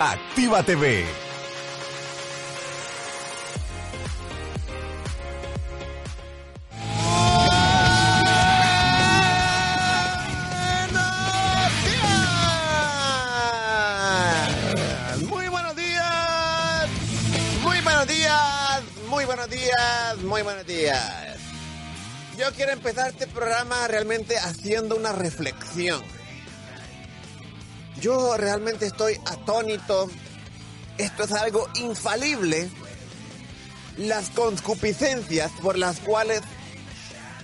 Activa TV. Muy buenos días. Muy buenos días. Muy buenos días. Muy buenos días. Yo quiero empezar este programa realmente haciendo una reflexión. Yo realmente estoy atónito. Esto es algo infalible. Las concupiscencias por las cuales...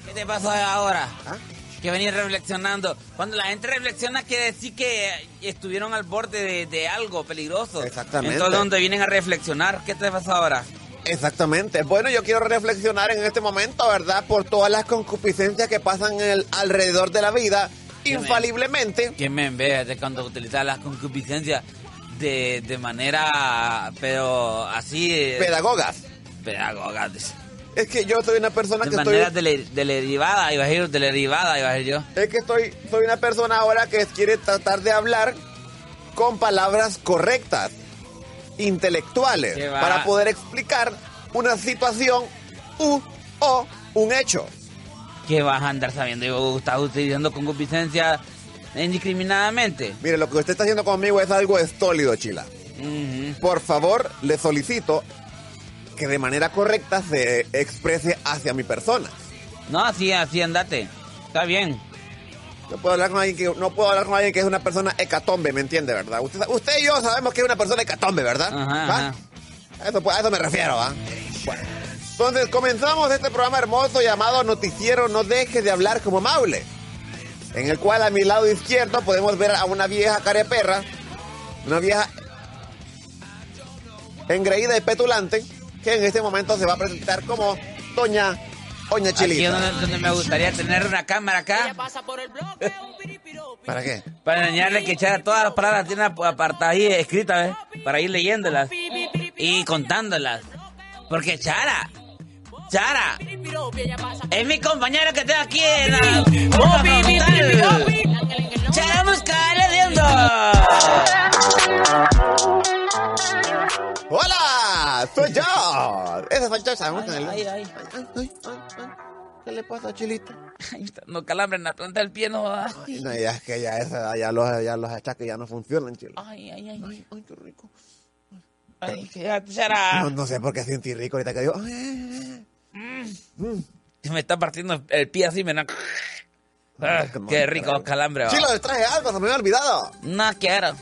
¿Qué te pasa ahora? ¿Ah? Que venís reflexionando. Cuando la gente reflexiona quiere decir que estuvieron al borde de, de algo peligroso. Exactamente. Entonces, donde vienen a reflexionar, ¿qué te pasa ahora? Exactamente. Bueno, yo quiero reflexionar en este momento, ¿verdad? Por todas las concupiscencias que pasan en el- alrededor de la vida, infaliblemente. Que me envea de cuando utilizas las concupiscencias de, de manera, pero así... eh, Pedagogas. Pedagoga. dice. Es que yo soy una persona De que manera estoy... dele- derivada, iba a decir, derivada, iba a decir yo. Es que estoy, soy una persona ahora que quiere tratar de hablar con palabras correctas, intelectuales, Qué va. para poder explicar una situación u o un hecho. ¿Qué vas a andar sabiendo? Yo, estás utilizando concupiscencia indiscriminadamente. Mire, lo que usted está haciendo conmigo es algo estólido, Chila. Ujú. Por favor, le solicito que de manera correcta se exprese hacia mi persona. No, así, así andate. Está bien. No puedo hablar con alguien que no puedo hablar con alguien que es una persona hecatombe, ¿me entiende, verdad? Usted, usted y yo sabemos que es una persona hecatombe, ¿verdad? Ajá, ¿Va? A Eso, pues, a eso me refiero, ¿ah? Bueno. Entonces, comenzamos este programa hermoso llamado Noticiero No Dejes de Hablar como Maule, en el cual a mi lado izquierdo podemos ver a una vieja careperra, una vieja engreída y petulante, que en este momento se va a presentar como Doña Oña Aquí es donde, Chilita. donde me gustaría tener una cámara acá ¿Para qué? para enseñarle que echar todas las palabras tiene apartadas ahí escritas, ¿ves? Para ir leyéndolas y contándolas. Porque Chara, Chara, es mi compañero que tengo aquí en la Bomba Frontal. Chara Muscala de ¡Hola! ¡Soy yo! Esa soy yo, ¿sabes? Ay, ay, ay. Ay, ay, ay. ¿Qué le pasa, Chilita? No calambre en la planta del pie, no va. Ay, no, ya es que ya, esa, ya, los, ya los achaques ya no funcionan, Chila. Ay, ay, ay. Ay, qué rico. Ay, que- Chara. Ah, No, no sé por qué sentí rico ahorita que digo... ay, ay, Se me está partiendo el pie así, me da- Ah, ay. Qué rico calambre, Sí, va. les traje algo, se me había olvidado. No quiero.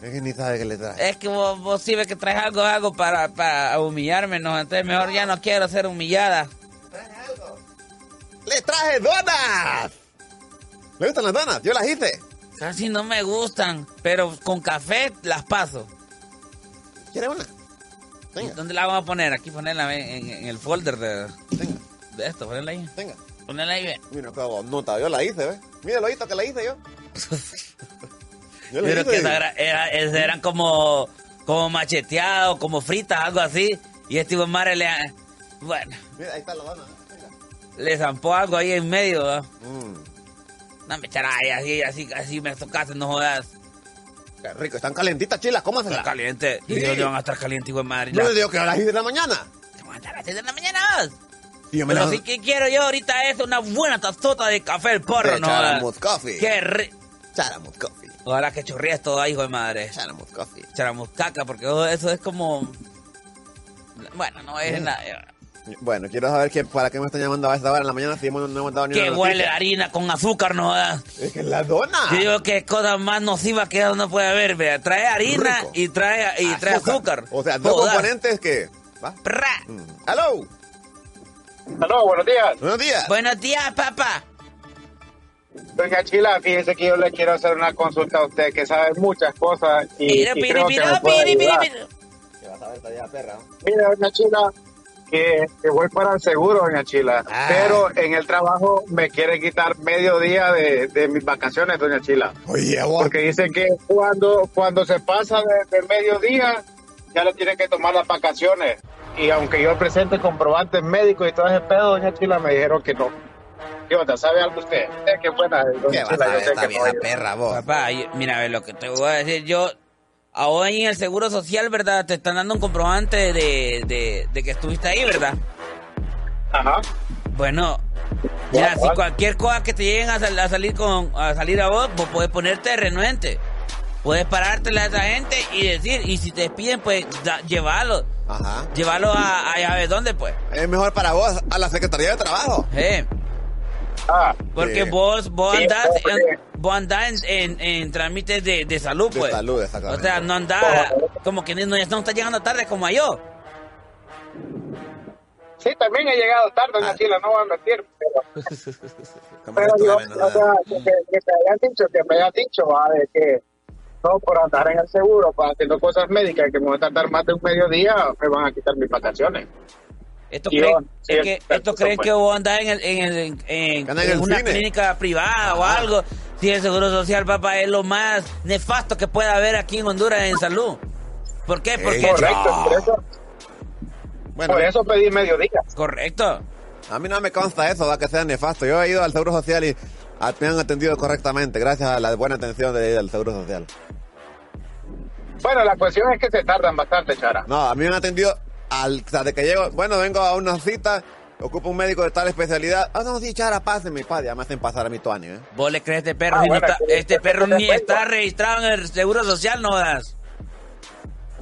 Es que ni sabe qué le traje. Es que vos, vos sí ves que traes algo, algo para, para humillarme, ¿no? Entonces mejor ya no quiero ser humillada. ¡Les traje donas! ¿Le gustan las donas? Yo las hice. Casi no me gustan, pero con café las paso. ¿Quieres una? Venga, ¿Dónde la vamos a poner? Aquí ponerla en, en- en el folder de, venga, de esto, ponerla ahí. venga. Ponerla ahí, ve. Mira, qué nota, yo la hice, ¿ves? Mira el ojito que la hice yo. Yo la Pero hice. que esa era- era- esas eran como, como macheteados, como fritas, algo así. Y este hijo de madre le... Bueno, Mira, ahí está la dona. Mira. le zampó algo ahí en medio, ¿va? Mm, No me echará ahí, así, así, así me tocaste, no jodas. qué rico, están calentitas, chilas, cómaselas. Está caliente. Sí. Y yo le van a estar caliente, hijo de madre. Yo Ya. les digo que a las 10 de la mañana. Te van a estar a las seis de la mañana. Y yo me Pero las... sí que quiero yo ahorita es una buena tazota de café el porro, Hombre, ¿no? Charamut jodas. Coffee. Qué rico. Charamut Coffee. Ojalá que chorrees todo, hijo de madre. Charamut Coffee. Charamuscaca, porque eso es como. Bueno, no es nada. Bueno, quiero saber que, para qué me están llamando a esta hora en la mañana si hemos- no hemos dado ni Que una huele noticia. Ah. a harina con azúcar, no jodas. Es que la dona. Yo digo que cosas más nocivas que eso no puede haber, vea. Trae harina Rico. y trae, y trae azúcar. O sea, dos Jodas. componentes que... ¿Va? Prá. Mm. ¡Aló! Aló, buenos días. ¡Buenos días! Buenos días, papá. Doña Chila, fíjese que yo le quiero hacer una consulta a usted, que sabe muchas cosas y, Piro, y piro, creo que piro, me puede piro, piro, ayudar. piro. Que vas a ver todavía, perra. ¿no? Mire, doña Chila, que, que voy para el seguro, doña Chila, Ah. pero en el trabajo me quiere quitar medio día de, de mis vacaciones, doña Chila, Oye, vos. porque dicen que cuando, cuando se pasa de, del mediodía, ya le tienen que tomar las vacaciones. Y aunque yo presente comprobantes médicos y todo ese pedo, doña Chila, me dijeron que no. ¿Qué onda? ¿Sabe algo usted? Es que buena, ¿Qué doña vas Chila, a yo ver sé esta que no. vieja yo- perra, vos? Papá, yo- mira, a ver, lo que te voy a decir yo. Ahora en el Seguro Social, ¿verdad? Te están dando un comprobante de, de, de que estuviste ahí, ¿verdad? Ajá. Bueno, mira, si cualquier cosa que te lleguen a, sal- a salir con a salir a vos, vos puedes ponerte renuente. Puedes parártela a esa gente y decir, y si te despiden, pues da- llévalo. Ajá. Llévalo a, a, a ver dónde, pues. Es mejor para vos a la Secretaría de Trabajo. Eh, Ah, porque Sí. eh. vos, vos Sí, andás, hombre. en, vos andás en, en, en trámites de, de salud, De pues. salud, exactamente. O sea, no andás, como que no, no estás llegando tarde como a yo. sí, también he llegado tarde, doña Ah. Chila, no voy a mentir, pero... Como Pero que tú, yo, dame, no, o sea, que, te- que te hayan dicho, que me hayan dicho, va, de que no por andar en el seguro, para haciendo cosas médicas, que me voy a tardar más de un mediodía, me van a quitar mis vacaciones. Esto Yo, creen, sí, es que, perfecto, esto creen pues. que vos andás en, el- en, el- en- en- Andan en en el una cine. clínica privada o algo. Si el Seguro Social, papá, es lo más nefasto que puede haber aquí en Honduras en salud. ¿Por qué? Porque... Ey, Correcto, por eso, Bueno, eh. por eso pedí mediodía. Correcto. a mí no me consta eso, va que sea nefasto. Yo he ido al Seguro Social y a- me han atendido correctamente, gracias a la buena atención de- del Seguro Social. Bueno, la cuestión es que se tardan bastante, Chara. No, a mí me han atendido al, o sea, de que llego, bueno, vengo a una cita, ocupo un médico de tal especialidad. Ah, no, sí, chara, páseme, padre, ya me hacen pasar a mi tuani, ¿eh? Vos le crees a este perro. Ah, si no bueno, está- sí, este sí, perro sí, ni sí, está sí. registrado en el Seguro Social, no das.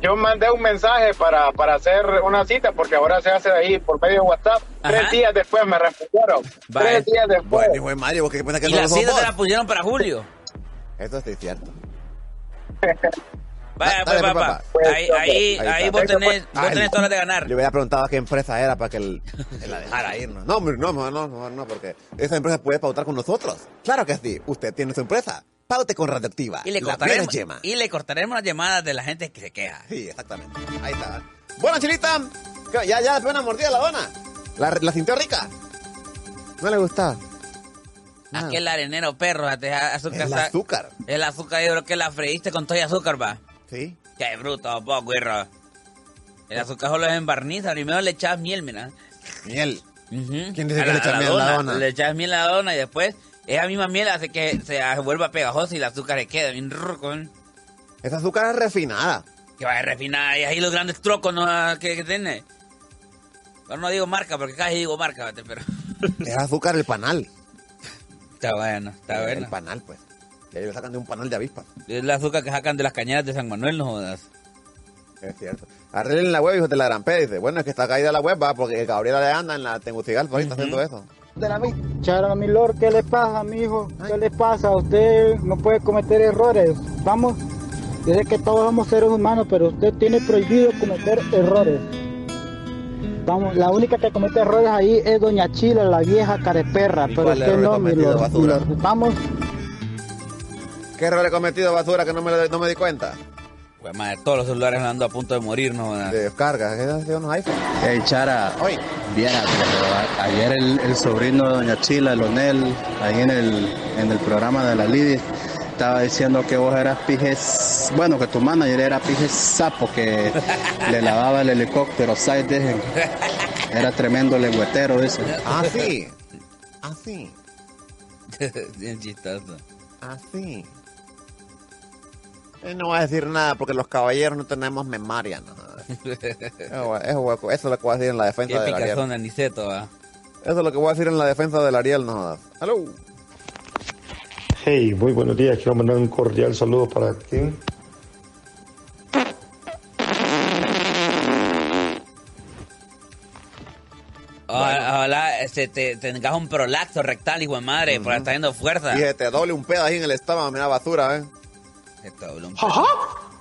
Yo mandé un mensaje para, para hacer una cita, porque ahora se hace de ahí por medio de WhatsApp. Ajá. Tres días después me respondieron. Vaya. Tres días después. Bueno, hijo de Mario, ¿vos qué piensas que Y no la lo sos cita vos? te la pusieron para julio. Eso sí es cierto. Vaya, Da- pues, dale, pues, papá. papá. Ahí, ahí, Ahí está. ahí vos Eso fue- tenés, Eh, vos Ay, tenés todas las de ganar. Le hubiera preguntado a qué empresa era para que el- que la dejara ir. No, no, hombre, no, no, no, no, no, porque esa empresa puede pautar con nosotros. Claro que sí, usted tiene su empresa. Paute con Radioactiva. Y le, la cortaremos, mera yema. y le cortaremos las llamadas de la gente que se queja. Sí, exactamente. Ahí está. Bueno, Chilita, ¿qué- ya, ya, fue una mordida la dona. ¿La, la sintió rica? ¿No le gustaba? Ah. Aquel arenero perro, te deja azúcar. El sa- azúcar. El azúcar, yo creo que la freíste con todo y azúcar, va. Sí. Qué bruto, vos, güero. El azúcar solo es en barniza, primero le echas miel, mira. Miel. Ujú. ¿Quién dice A que le echas miel a la dona? Le echas miel a la dona y después esa misma miel hace que se vuelva pegajosa y el azúcar se queda bien rico. ¿eh? Esa azúcar es refinada. Que vaya refinada y ahí los grandes trocos ¿no? Ah, que, que tiene. Pero no digo marca porque casi digo marca, vete, pero... Es azúcar el panal. Está bueno, está El bueno. panal, pues. Y ahí lo sacan de un panal de avispas. Es el azúcar que sacan de las cañadas de San Manuel, no jodas. Es cierto. Arreglen la web, hijos de la gran P. Dice, bueno, es que está caída la web, va, porque Gabriela le anda en la Tegucigalpa, ahí está haciendo eso. Chara Milor, ¿qué le pasa, mijo? ¿Qué le pasa? Usted no puede cometer errores. Vamos, dice que todos somos seres humanos, pero usted tiene prohibido cometer errores. Vamos, la única que comete errores ahí es Doña Chila, la vieja careperra, ¿Y pero cuál usted error no, ha cometido, Milor. basura? Milor. Vamos, ¿Qué error he cometido, basura, que no me, lo- no me di cuenta? Pues madre, todos los celulares andando a punto de morir, no jodas. De descarga, ¿qué hace unos iPhones? Hey Chara, Oye, viera, pero a- ayer el, el sobrino de Doña Chila, Lonel, ahí en el, en el programa de la Lidia, estaba diciendo que vos eras pijes, bueno, que tu manager era pijes sapo, que le lavaba el helicóptero, ¿sabes? Dejen. Era tremendo lengüetero, dice. Ah, así, así, Bien chistoso. así. Ah, Eh, No voy a decir nada porque los caballeros no tenemos memoria, no. Eso, voy- eso voy a- eso es lo que voy a decir en la Qué defensa del Ariel. picazón, Aniceto, ah. va. Eso es lo que voy a decir en la defensa del Ariel, no jodas. ¡Aló! Hey, muy buenos días. Quiero mandar un cordial saludo para ti. Ojalá, ojalá, este, te, tengas un prolacto rectal, hijo de madre, porque está yendo fuerza. Y se te doble un pedo ahí en el estómago, mira basura, ¿eh? Esto, boludo. Ajá.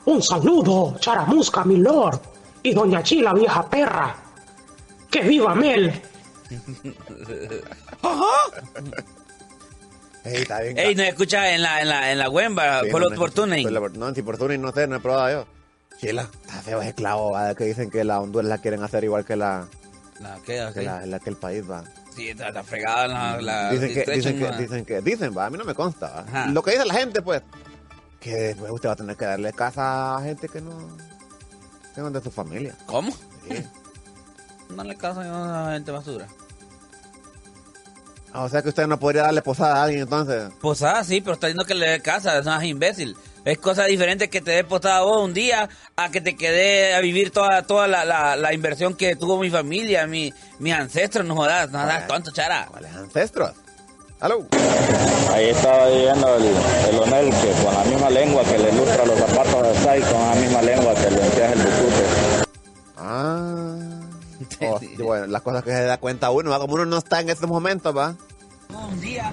Un saludo, Charamusca, mi lord. Y Doña Chila, vieja perra. ¡Que viva Mel! Ey, está bien. Ey, nos escucha en la, en la, en la Wemba, Sí, por no, los no, Fortuny. por la- No, en Fortuny no sé, no he probado yo. Chila, está feo ese clavo, va, que dicen que la Honduras la quieren hacer igual que la, La, ¿qué? que Ok. la, la que el país, va. Sí, está, está fregada la, la dicen, que, dicen, Dicen que, dicen que, dicen, va, a mí no me consta, va. Ajá. Lo que dice la gente, pues, que después usted va a tener que darle casa a gente que no, que no es de su familia. ¿Cómo? Sí. No le caso yo a la gente basura. Ah, o sea que usted no podría darle posada a alguien, entonces. Posada sí, pero está diciendo que le dé casa, no es imbécil. Es cosa diferente que te dé posada a vos un día a que te quede a vivir toda, toda la, la, la inversión que tuvo mi familia, mi, mis ancestros, no jodas, no jodas, Bueno. tonto, chara. ¿Cuáles ancestros? ¡Aló! Ahí estaba diciendo el, el Onel que con la misma lengua que le lustra los zapatos de Sai, con la misma lengua que le limpias el bucute. Ah. Oh, y bueno, las cosas que se da cuenta uno, va, como uno no está en estos momentos, va.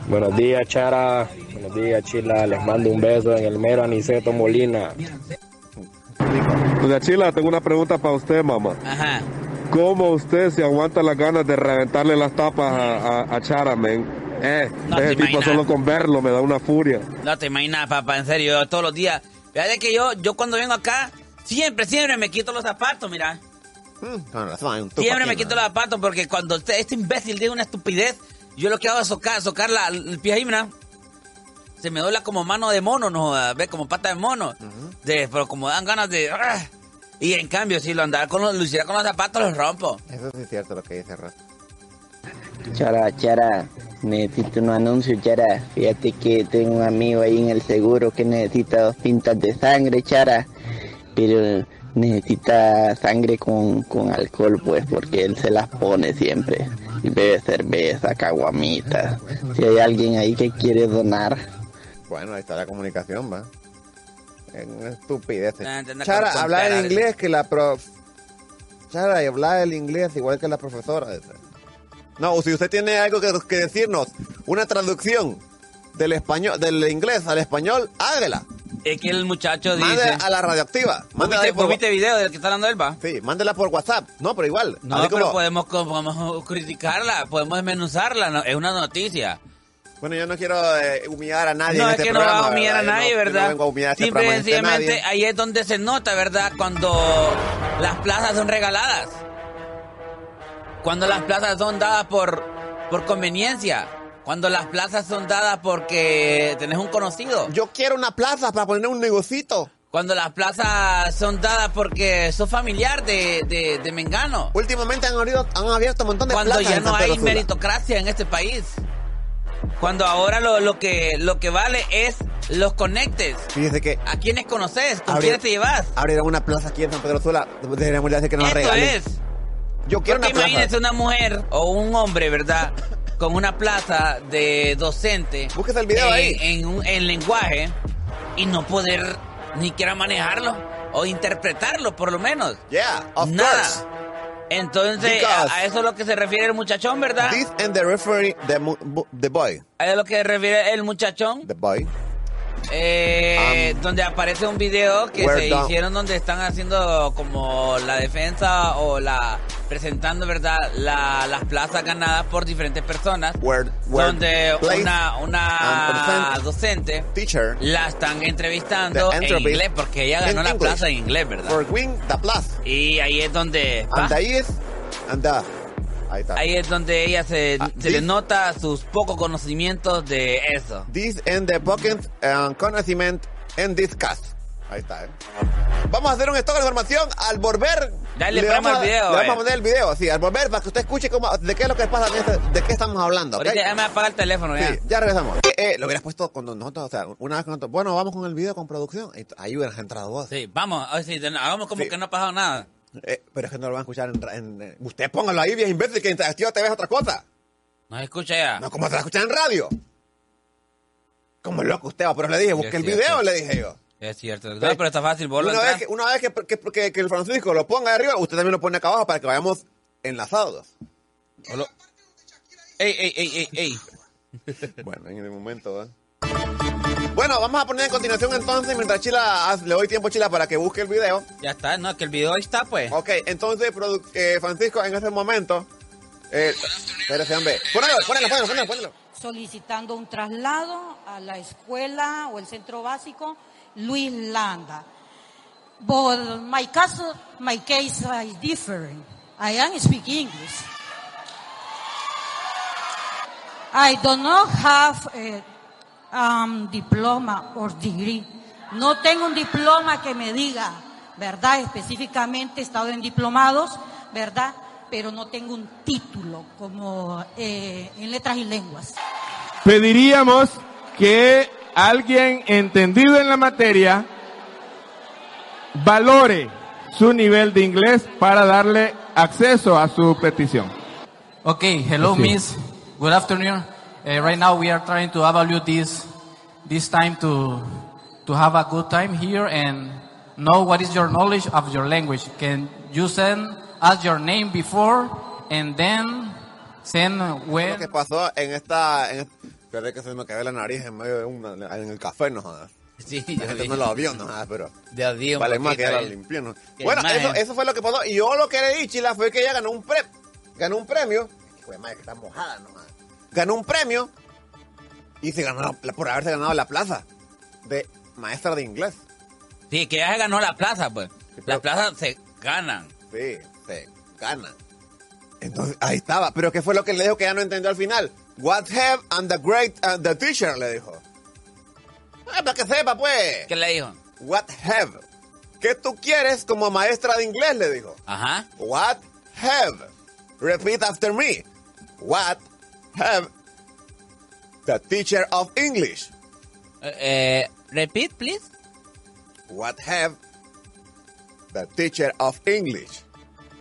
Buenos días, Chara. Buenos días, Chila. Les mando un beso en el mero Aniceto Molina. Doña Chila, tengo una pregunta para usted, mamá. Ajá. ¿Cómo usted se aguanta las ganas de reventarle las tapas a, a, a Chara, men? Eh, No te ese tipo imaginas. solo con verlo me da una furia. No te imaginas, papá, en serio, yo todos los días. Fíjate que yo, yo cuando vengo acá, siempre, siempre me quito los zapatos, mira. Mm, con razón, hay un tuco Siempre aquí, me ¿no? quito los zapatos porque cuando este, este imbécil dice una estupidez, yo lo que hago es socar, socar la, el pie ahí, mira. Se me dobla como mano de mono, ¿no? ¿Ves? Como pata de mono. De- pero como dan ganas de... ¡ah! Y en cambio, si lo andaba con los, lo hiciera con los zapatos, los rompo. Eso sí es cierto lo que dice Ross. Chara, Chara, necesito un anuncio, Chara. Fíjate que tengo un amigo ahí en el seguro que necesita dos pintas de sangre, Chara. Pero necesita sangre con, con alcohol, pues, porque él se las pone siempre. Y bebe cerveza, caguamitas. Si hay alguien ahí que quiere donar. Bueno, ahí está la comunicación, va. Es una estupidez. Ah, entiendo Chara, cómo habla contar, el inglés que la prof. Chara, y habla el inglés igual que la profesora. dice. No, si usted tiene algo que, que decirnos, una traducción del español, del inglés al español, hágala. Es que el muchacho Mande dice... a la radioactiva. ¿Vos Mándela viste, ahí vos por, viste video del que está hablando él, va? sí, mándela por WhatsApp. No, pero igual. No, así pero como- podemos, co- podemos criticarla, podemos desmenuzarla, no- es una noticia. Bueno, yo no quiero eh, humillar a nadie. No, en es este que no va a programa, humillar a ¿verdad? Yo nadie, no- yo no ¿verdad? vengo a humillar a este Simple y programa ante sencillamente nadie. ahí es donde se nota, ¿verdad? Cuando las plazas son regaladas. Cuando las plazas son dadas por, por conveniencia. Cuando las plazas son dadas porque tenés un conocido. Yo quiero una plaza para poner un negocito. Cuando las plazas son dadas porque sos familiar de, de, de Mengano. Últimamente han abierto, han abierto un montón de cuando plazas ya en no San hay Pedro Sula. meritocracia en este país. Cuando ahora lo, lo que lo que vale es los conectes. Fíjese que ¿A quiénes conoces? ¿Con Abre- quiénes te llevas? abrieron una plaza aquí en San Pedro Sula. Deberíamos decir que nos Esto regalen. es. Yo quiero Porque una imagínese plaza. una mujer o un hombre, ¿verdad? Con una plaza de docente. Búsquese el video en, ahí. En, un- en lenguaje y no poder ni siquiera manejarlo o interpretarlo, por lo menos. Yeah, of Nada. course. Entonces, a, Because- a eso es lo que se refiere el muchachón, ¿verdad? This and the referee, the, mu- bu- the boy, A eso es lo que se refiere el muchachón. the boy. Um, Eh, donde aparece un video que We're se done. hicieron donde están haciendo como la defensa o la presentando verdad La- las plazas ganadas por diferentes personas Where- where donde place una una and present docente Teacher. la están entrevistando The en entropy inglés porque ella in ganó la English. plaza en inglés verdad For win the plaza. y ahí es donde And pa, the is and the. Ahí está. ahí es donde ella se, Ah, se sí. le nota sus pocos conocimientos de eso This and the pocket and conocimiento and this cast. Ahí está. eh. Vamos a hacer un stock de información al volver. Dale, le programa vamos, a, al video, le vamos eh. a poner el video, sí, al volver para que usted escuche cómo, de qué es lo que pasa, en este- de qué estamos hablando. ¿ok? ahorita ya me apaga el teléfono ya Sí, ya regresamos. Eh, eh, lo hubieras puesto cuando nosotros, o sea, una vez que nosotros, bueno, vamos con el video con producción, y t- ahí hubieras entrado vos. Sí, vamos, a ver si- hagamos como Sí. que no ha pasado nada. Eh, pero es que no lo van a escuchar en, ra- en- eh, Usted póngalo ahí, viejo imbécil, que interactiva te ves otra cosa. Nos escucha ya. No, como te la escuchan en radio. Como loco usted va, pero le dije, busque Sí, el es video, cierto. le dije yo. Es cierto. No, pero está fácil, vos lo una, vez entrás. que, una vez que, que- que- que el Francisco lo ponga ahí arriba, usted también lo pone acá abajo para que vayamos enlazados. vos lo- Ey, ey, ey, ey, ey. Bueno, en el momento, ¿eh? Bueno, vamos a poner en continuación entonces, mientras Chila, haz- le doy tiempo a Chila para que busque el video. Ya está, no, que el video ahí está, pues. Ok, entonces, produ- eh, Francisco, en ese momento. Eh, espérese, hombre. Ponelo, ponelo, ponelo, ponelo, ponelo. solicitando un traslado a la escuela o el centro básico Luis Landa. But my case, my case is different. I am speak English. I do not have a um, diploma or degree. No tengo un diploma que me diga, ¿verdad? Específicamente he estado en diplomados, ¿verdad? Pero no tengo un título como eh, en letras y lenguas. Pediríamos que alguien entendido en la materia valore su nivel de inglés para darle acceso a su petición. Okay, hello, Okay. Miss. Good afternoon. Uh, right now, we are trying to evaluate this this time to to have a good time here and know what is your knowledge of your language. Can you send us your name before and then send Lo que when? pasó en esta. En est- Fíjate que se me cayó la nariz en medio de una, en el café, no jodas. Sí, La gente no lo vio, no jodas, pero. Dios mío. vale más que poquito, ya la eh. limpié, ¿no? Que Bueno, más, eso, eh. eso fue lo que pasó. Y yo lo que le di, Chila, fue que ella ganó un premio. Ganó un premio. Pues madre, que está mojada, no jodas. Ganó un premio. Y se ganó la- la- por haberse ganado la plaza de maestra de inglés. Sí, que ya se ganó la plaza, pues. Las plazas se ganan. Sí, se ganan. Entonces, ahí estaba. Pero ¿qué fue lo que le dijo que ya no entendió al final? What have and the great and the teacher, le dijo. Ah, para que sepa, pues. ¿Qué le dijo? What have. ¿Qué tú quieres como maestra de inglés? Le dijo. Ajá. What have. Repeat after me. What have the teacher of English. Eh, repeat, please. What have the teacher of English.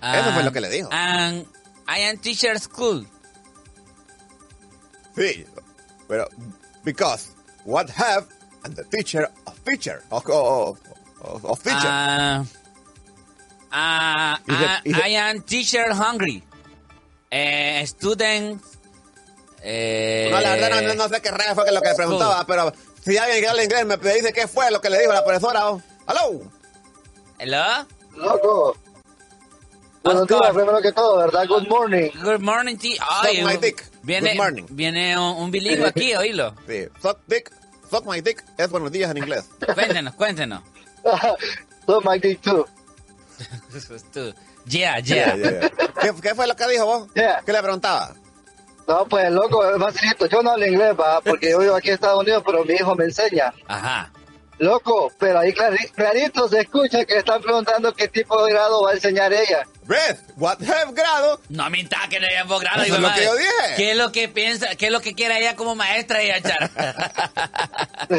Eso fue lo que le dijo. And I am teacher school. Sí, pero because what have and the teacher of teacher of, of, of, of teacher. Ah, ah, ah, I am teacher hungry. Eh, student. Eh, no, la verdad no, no sé qué raya fue que lo que le preguntaba, pero si alguien que habla inglés me dice qué fue lo que le dijo la profesora. oh. Hello. Hello. Loco. Buenos días, primero que todo, ¿verdad? Good morning. Good morning, tea. Ay, Suck my un- dick. Viene, Good morning. viene un, un bilingüe aquí, oílo. Sí, suck dick, suck my dick es buenos días en inglés. Cuéntenos, cuéntenos. Suck my dick too. Tú. Yeah, yeah. ¿Qué, qué fue lo que dijo vos? ¿Qué le preguntaba? No, pues loco, es más cierto, yo no hablo inglés, va, porque yo vivo aquí en Estados Unidos, pero mi hijo me enseña. Ajá. Loco, pero ahí clari- clarito se escucha que le están preguntando qué tipo de grado va a enseñar ella. ¿Ves? ¿What have grado? No minta que no haya posgrado. hijo Eso es lo de que yo madre. dije. ¿Qué es lo que piensa? ¿Qué es lo que quiere ella como maestra ella, Chara?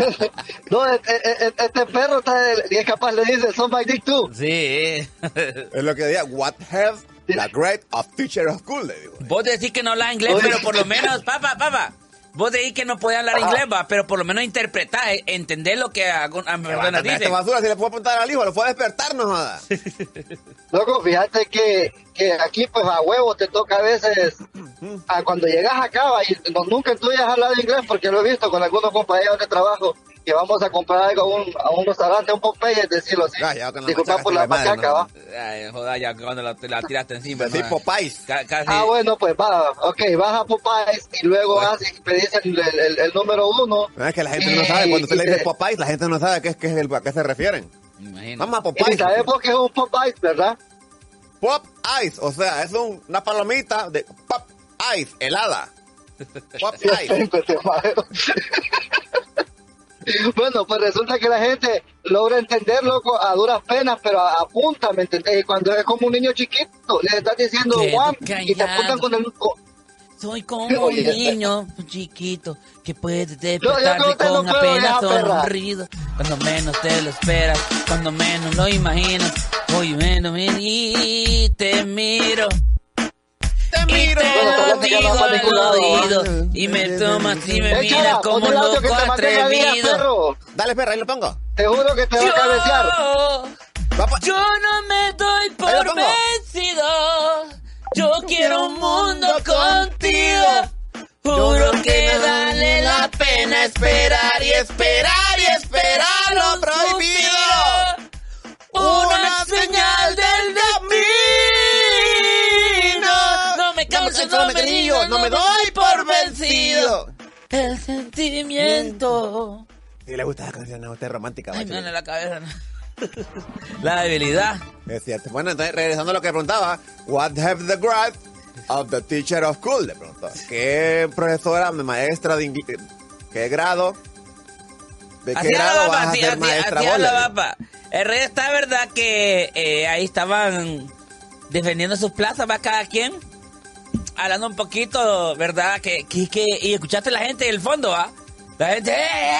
No, este, este- este perro está, y es capaz le dice, son my dick too. Sí. eh. Es lo que decía, what have the grade of teacher of school, le digo. Vos decís que no hablas inglés, pero por lo menos, papá, papá. Vos decís que no podés hablar inglés, va, pero por lo menos interpretar, eh, entender lo que algunas personas Esta dicen. basura, si le puedo apuntar al hijo, lo puedo despertar, no jodas. Loco, fíjate que, que aquí pues a huevo te toca a veces, a cuando llegas acá, va, y no- nunca tú hayas hablado inglés porque lo he visto con algunos compañeros de trabajo que vamos a comprar algo a un, a un restaurante, a un Popeye, decirlo así. Ah, Disculpa por la machaca, va. Ay, joda, ya cuando la, la tiraste encima. Decís Pues Popeyes. Casi. Ah, bueno, pues va, ok, vas a Popeyes y luego vas y pedís el, el- el- el número uno. No, es que la gente Eh. no sabe, cuando usted le dice Popeyes, la gente no sabe a qué, es- qué es el, a qué se refieren. Vamos a Y Popeyes. sabemos que es un Popeyes, ¿verdad? Pop Ice, o sea, es un- una palomita de Pop Ice, helada. Pop Ice. bueno, pues resulta que la gente logra entenderlo co- a duras penas, pero a, a punta, ¿me entendés? Y cuando es como un niño chiquito, le estás diciendo Qué guam y te callado. apuntan con el... co- Soy como un Oye. niño chiquito que puede No, despertarse yo creo que con no puedo, apenas vieja perra. sonrido. Cuando menos te lo esperas, cuando menos lo imaginas. Hoy menos me- y te miro. Te miro. Y te lo Bueno, digo vamos a al vincular, oído. Y me tomas y me Eh, miras Chara, como pon el audio que loco te mandé la vida, atrevido. perro. Dale, perra, ahí lo pongo. Te juro que te va a cabecear. Yo no me doy Ahí lo por pongo. vencido. Yo quiero un mundo contigo. Juro que vale la pena esperar y esperar y esperar lo prohibido. Una señal del camino. No me canso, no me río, no me doy por vencido. sentimiento. Sí, le gusta esa canción, a usted es romántica. Ay, macho. no, en la cabeza. no. La debilidad. Es cierto. Bueno, entonces, regresando a lo que preguntaba, what have the grad of the teacher of school? Le preguntó. ¿Qué profesora, maestra de inglés? ¿Qué grado? ¿De qué Así era la grado vas papa, a así, ser así- maestra así era bola? la papa. El rey está, ¿verdad? Que eh, ahí estaban defendiendo sus plazas, va cada quien. Hablando un poquito, ¿verdad? Que, que, que- y escuchaste la gente del fondo, ¿va? La gente, ¡eh, eh,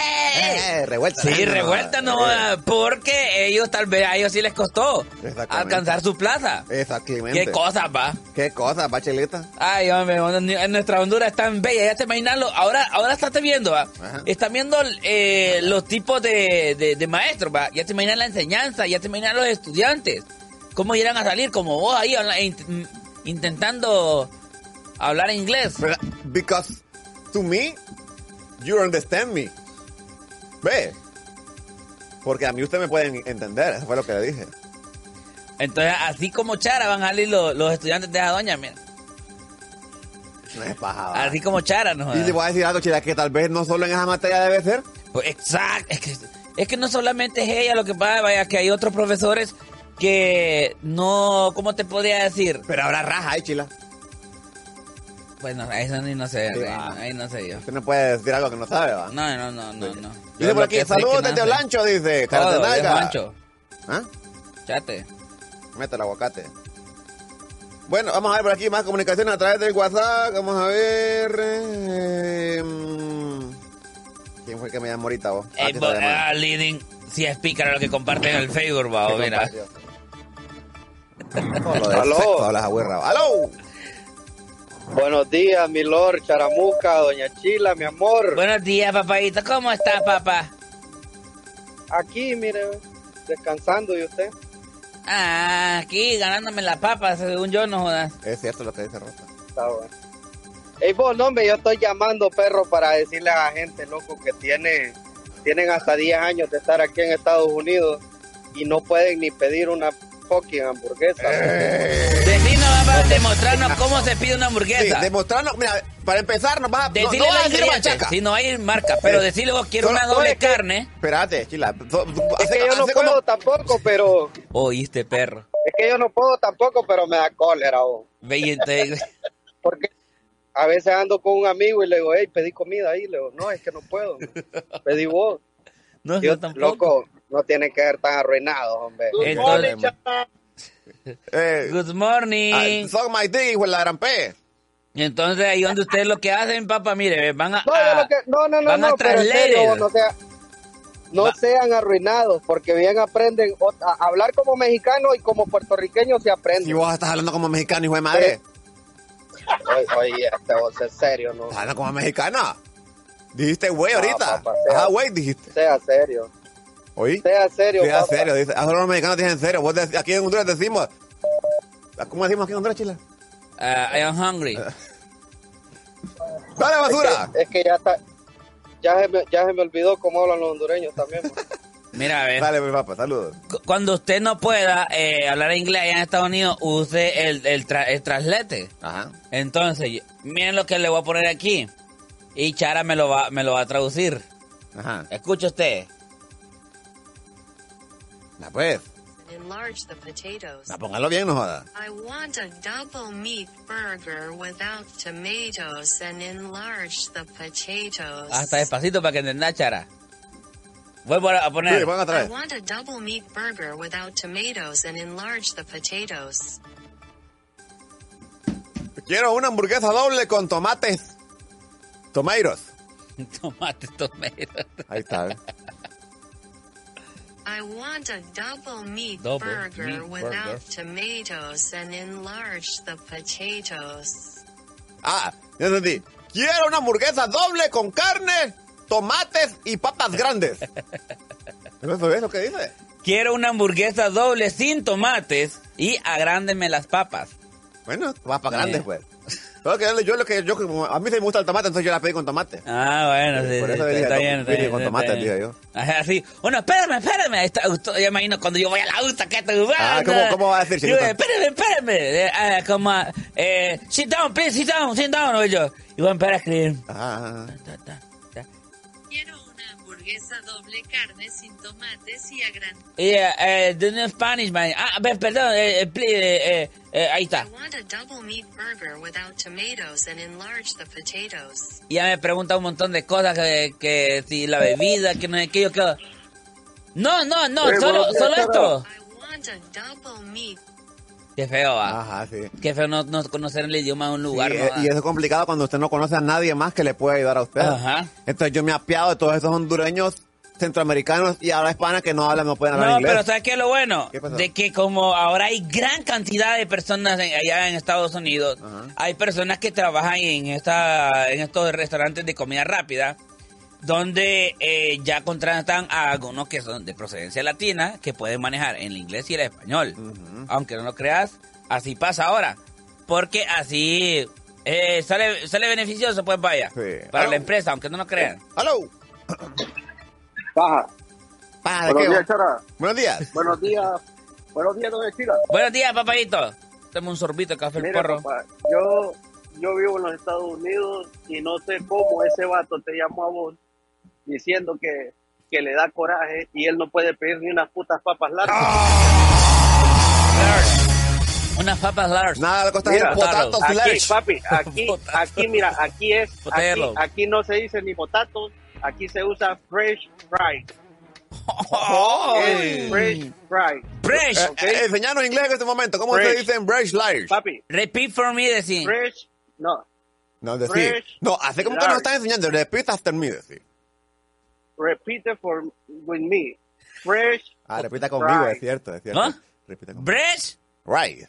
eh! Eh, revuelta. Sí, no, revuelta no, eh, porque ellos tal vez a ellos sí les costó Exactamente. alcanzar su plaza. Exactamente. Qué cosas, va. ¿Qué cosas, bachelita? Ay, hombre, onda, nuestra Honduras es tan bella, ya te imaginas, lo- ahora, ahora estás viendo, va. Están viendo eh, los tipos de, de- de maestros, va. Ya te imaginas la enseñanza, ya te imaginas los estudiantes. ¿Cómo irán a salir? Como vos ahí habla- int- intentando hablar inglés. Because to me, you understand me. Ve. Porque a mí usted me pueden entender, eso fue lo que le dije. Entonces, así como Chara van a salir los, los estudiantes de esa doña, mira. No es paja. va. Así como Chara, ¿no? Ah. Y le voy a decir algo, chila, que tal vez no solo en esa materia debe ser. Pues exacto. Es que, es que no solamente es ella lo que pasa, vaya, que hay otros profesores que no, ¿cómo te podría decir? Pero habrá raja, eh, chila. Bueno, eso ni no sé, Sí, ahí- va. ahí no sé yo. Usted no puede decir algo que no sabe, va. No, no, no, no, no. Dice Yo por lo aquí, que sé es saludos que no desde sé. Olancho, dice. Todo, Caratenaica. viejo ancho. ¿Ah? Chate. Mete el aguacate. Bueno, vamos a ver por aquí más comunicaciones a través del WhatsApp. Vamos a ver. eh, mm. ¿Quién fue que me llamó ahorita vos? Ah, Ey, que bo- te llamó. ah, leading, si es pícaro lo que comparten en el Facebook, va, Que mira. compartió. Todo lo de sexo, hablas agüerrado. ¡Aló! Buenos días, mi Lord Charamuca, Doña Chila, mi amor. Buenos días, papadito. ¿Cómo está, papá? Aquí, mire, descansando y usted. Ah, aquí ganándome la papa, según yo, no jodas. Es cierto lo que dice Rosa. Está bueno. Ey, vos, no, hombre, yo estoy llamando, perro, para decirle a la gente, loco, que tiene, tienen hasta 10 años de estar aquí en Estados Unidos y no pueden ni pedir una fucking hamburguesa. Decirnos, papá, demostrarnos cómo se pide una hamburguesa. Sí, demostrarnos, mira, para empezar nos vas a Decirle no, no vas a los decir ingredientes, machaca. si no hay marca, pero Sí. decirle vos quiero Solo- una solo doble es que- carne. Espérate, Chila. Es que yo no puedo tampoco, pero Oíste, perro. es que yo no puedo tampoco, pero me da cólera, vos. Ve y entonces- A veces ando con un amigo y le digo, hey, pedí comida ahí. Le digo, no, es que no puedo. Pedí vos. No, yo Loco, no tienen que ser tan arruinados, hombre. Entonces- Good Ah, morning. Son eh, ah, my dick, hijo de la gran P. Entonces, ahí donde ustedes lo que hacen, papá, mire, van a. No, a- yo lo que- no, no, no, van a no, pero en serio, traslater. vos, no, sea- no sean arruinados, porque bien aprenden o- a hablar como mexicano y como puertorriqueño se aprende. Y vos estás hablando como mexicano, hijo de madre. Oye, oye, este vos es serio, ¿no? Estás hablando como mexicana. Dijiste güey No, ahorita. papá, Ah, sea- güey, dijiste. Sea serio. ¿Oí? Sea serio, Sea papá. serio, dice. Ahora los mexicanos dicen serio. Vos dec- aquí en Honduras decimos. ¿Cómo decimos aquí en Honduras, Chila? Ah, I am hungry. ¡Dale, basura! Es que, es que ya está. Ya se, me, ya se me olvidó cómo hablan los hondureños también. vos. Mira, a ver. Dale, mi papá, saludos. Cu- Cuando usted no pueda eh, hablar inglés allá en Estados Unidos, use el, el, tra- el traslete. Ajá. Entonces, miren lo que le voy a poner aquí. Y Chara me lo va, me lo va a traducir. Ajá. Escuche usted. La pues. Enlarge the potatoes. La póngalo bien, no joda. I want a double meat burger without tomatoes and enlarge the potatoes. Hasta despacito para que entendá, Chara. Vuelvo a a poner. I want a double meat burger without tomatoes and enlarge the potatoes. Quiero una hamburguesa doble con tomates. Tomairos. Tomate, tomate. Ahí está. ¿eh? I want a double meat Double burger meat pues, without burger. tomatoes and enlarge the potatoes. Ah, ya entendí. Quiero una hamburguesa doble con carne, tomates y papas grandes. ¿Eso es lo que dice? Quiero una hamburguesa doble sin tomates y agrándeme las papas. Bueno, papas grandes, pues. Solo que yo, yo lo que yo como a mí sí me gusta el tomate, entonces yo la pedí con tomate. Ah, bueno, sí, Por sí, eso está, le dije, está no, bien. está pide bien, con está tomate, bien. dije yo. Ajá, Así, bueno, espérame, espérame. Ahí Está, usted- yo imagino cuando yo voy a la USA, que estoy jugando. Ah, ¿cómo- cómo va a decir, Yo, señorita? espérame, espérame. Eh, ah, como, eh, sit down, please, sit down, sit down. oye yo. Y voy a empezar a escribir. Ah, Ta, ta, ta. hamburguesa doble carne sin tomates y agrandada. Yeah, eh, the new Spanish man. Ah, ve, perdón, eh, eh, please, eh, eh, eh, ahí está. Want a double meat burger without tomatoes and enlarge the potatoes. Ya me pregunta un montón de cosas que, que si la bebida, que no es que yo quedo. No, no, no, Eh, solo, buenos días, solo esto. I want a double meat. Qué feo, va. Ajá, sí. Qué feo no, no conocer el idioma de un Y, lugar, Ah. ¿no, va? Ah. eh, y eso es complicado cuando usted no conoce a nadie más que le pueda ayudar a usted. Ajá. Entonces yo me he apiado de todos esos hondureños, centroamericanos y ahora hispanas que no hablan, no pueden hablar No, inglés. pero ¿sabes qué es lo bueno? pasó? de que como ahora hay gran cantidad de personas en- allá en Estados Unidos, hay personas que trabajan en, esta, en estos restaurantes de comida rápida, donde eh, ya contratan a algunos que son de procedencia latina, que pueden manejar el inglés y el español. Aunque no lo creas, así pasa ahora. Porque así eh, sale, sale beneficioso, pues vaya, para Ah. la empresa, aunque no lo crean. ¡Hello! Ah, Paja. Paja, ¿de Buenos qué? días, Chara. Buenos días. Buenos días. Buenos días, don Echila. Buenos días, papayito. Toma un sorbito de café el Mire, porro. papá, yo, yo vivo en los Estados Unidos y no sé cómo ese vato te llamó a vos diciendo que, que le da coraje y él no puede pedir ni unas putas papas largas. Ah. Unas papas large. Nada, le Mira, aquí, papi, aquí, aquí, mira, aquí es, aquí, Potato. aquí no se dice ni potato, aquí se usa fresh fry. Es Fresh fry. Fresh. ¿ok? Eh, eh, enseñanos inglés en este momento. ¿Cómo se Fresh. dice en Bresh Liars? Papi. Repeat for me, decir. Fresh, no, No, decir. Bresh no, así como que nos Liars. están enseñando. Repeat after me, decir. repeat it for, with me. Fresh Ah, repita conmigo, Right. es cierto, es cierto. ¿Ah? Repita conmigo. Bresh. Right.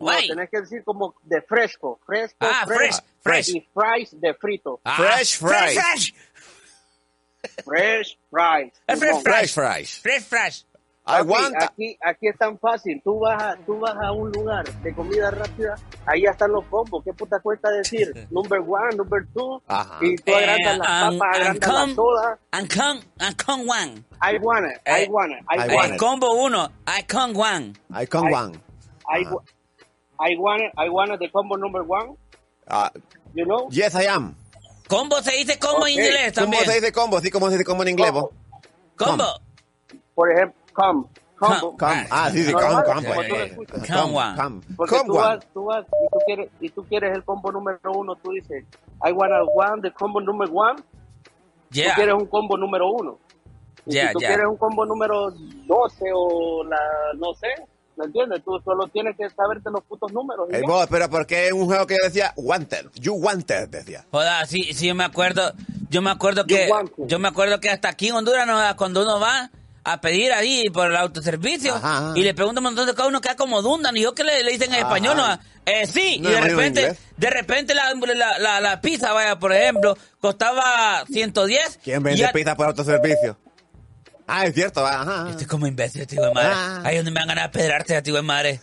No, tenés que decir como de fresco, fresco, Ah, fresh, fresh. y fries de frito. Ah, Fresh fresh. fries. Fresh fries. Eh, fresh Simón. fries. Fresh fries. Fresh fries. Papi, Aguanta. Aquí, aquí es tan fácil. Tú vas, a, tú vas a un lugar de comida rápida, ahí ya están los combos. ¿Qué puta cuesta decir? number one, number two. Ajá. Y tú agrandas Eh, las and- papas, and agrandas come- las todas. And con, and con one. I want it, I want it, I eh, want it. Combo uno. I con one. I con one. I, wa- I want it, I want it, the combo number one. Ah, You know? yes, I am. Combo se dice combo en inglés también. ¿Cómo se dice combo? Sí, ¿cómo se dice combo en inglés? vos? Oh. Combo. Por ejemplo, come. Combo. Come. Ah, sí, sí, come, Normal, come. pues. como tú lo escuchas. Come, come. Porque Come tú one. vas, tú vas y tú, quieres, y tú quieres el combo número uno, tú dices, I want a one, the combo number one. Yeah. Tú quieres un combo número uno. Y Yeah, si tú yeah. quieres un combo número 12 o la, no sé, ¿me entiendes? Tú solo tienes que saberte los putos números. y Ey, ya. Eh, vos, pero ¿por qué en un juego que yo decía wanted? You wanted, decía. Joda, sí, sí, yo me acuerdo, yo me acuerdo que, yo me acuerdo que hasta aquí en Honduras, no, cuando uno va a pedir ahí por el autoservicio y le pregunta un montón de cosas, uno queda como dundan y yo que le, le dicen en Ajá. español, no, eh, sí, No, y de imagino en repente, inglés. de repente la, la, la, la pizza, vaya, por ejemplo, costaba 110. ¿Quién y vende ya- pizza por autoservicio? Ah, es cierto, va, ajá. Estoy como imbécil, tío de madre. Ah. Ahí es donde me van a ganar a pedrarse, tío de madre.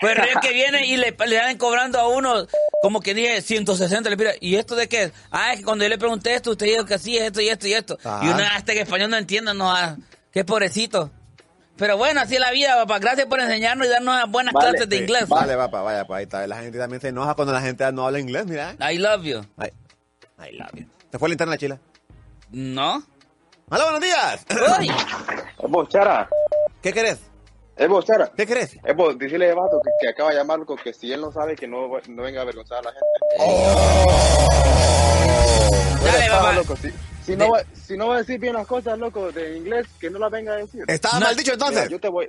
Pues el que viene y le, le dan cobrando a uno, como que dije, 160, le pira, ¿y esto de qué es? Ah, es que cuando yo le pregunté esto, usted dijo que sí, esto y esto y esto. Ajá. Y uno hasta que español no entienda, no, ah, qué pobrecito. Pero bueno, así es la vida, papá. Gracias por enseñarnos y darnos buenas clases de Sí, inglés. Vale, va, pa, vaya, pa, ahí está. La gente también se enoja cuando la gente no habla inglés, mira. I love you. I, I love you. ¿Te fue la interna, Chila? No. ¡Hola, buenos días! Es vos, Chara. ¿Qué querés? Es vos, Chara. ¿Qué querés? Es vos, decirle a ese vato que, que acaba de llamar loco, que si él no sabe, que no, no venga a avergonzar a la gente. Dale, papá. Loco, si, si no va, si no va a decir bien las cosas, loco, de inglés, que no las venga a decir. ¿Estaba mal dicho, entonces? Mira, yo te voy.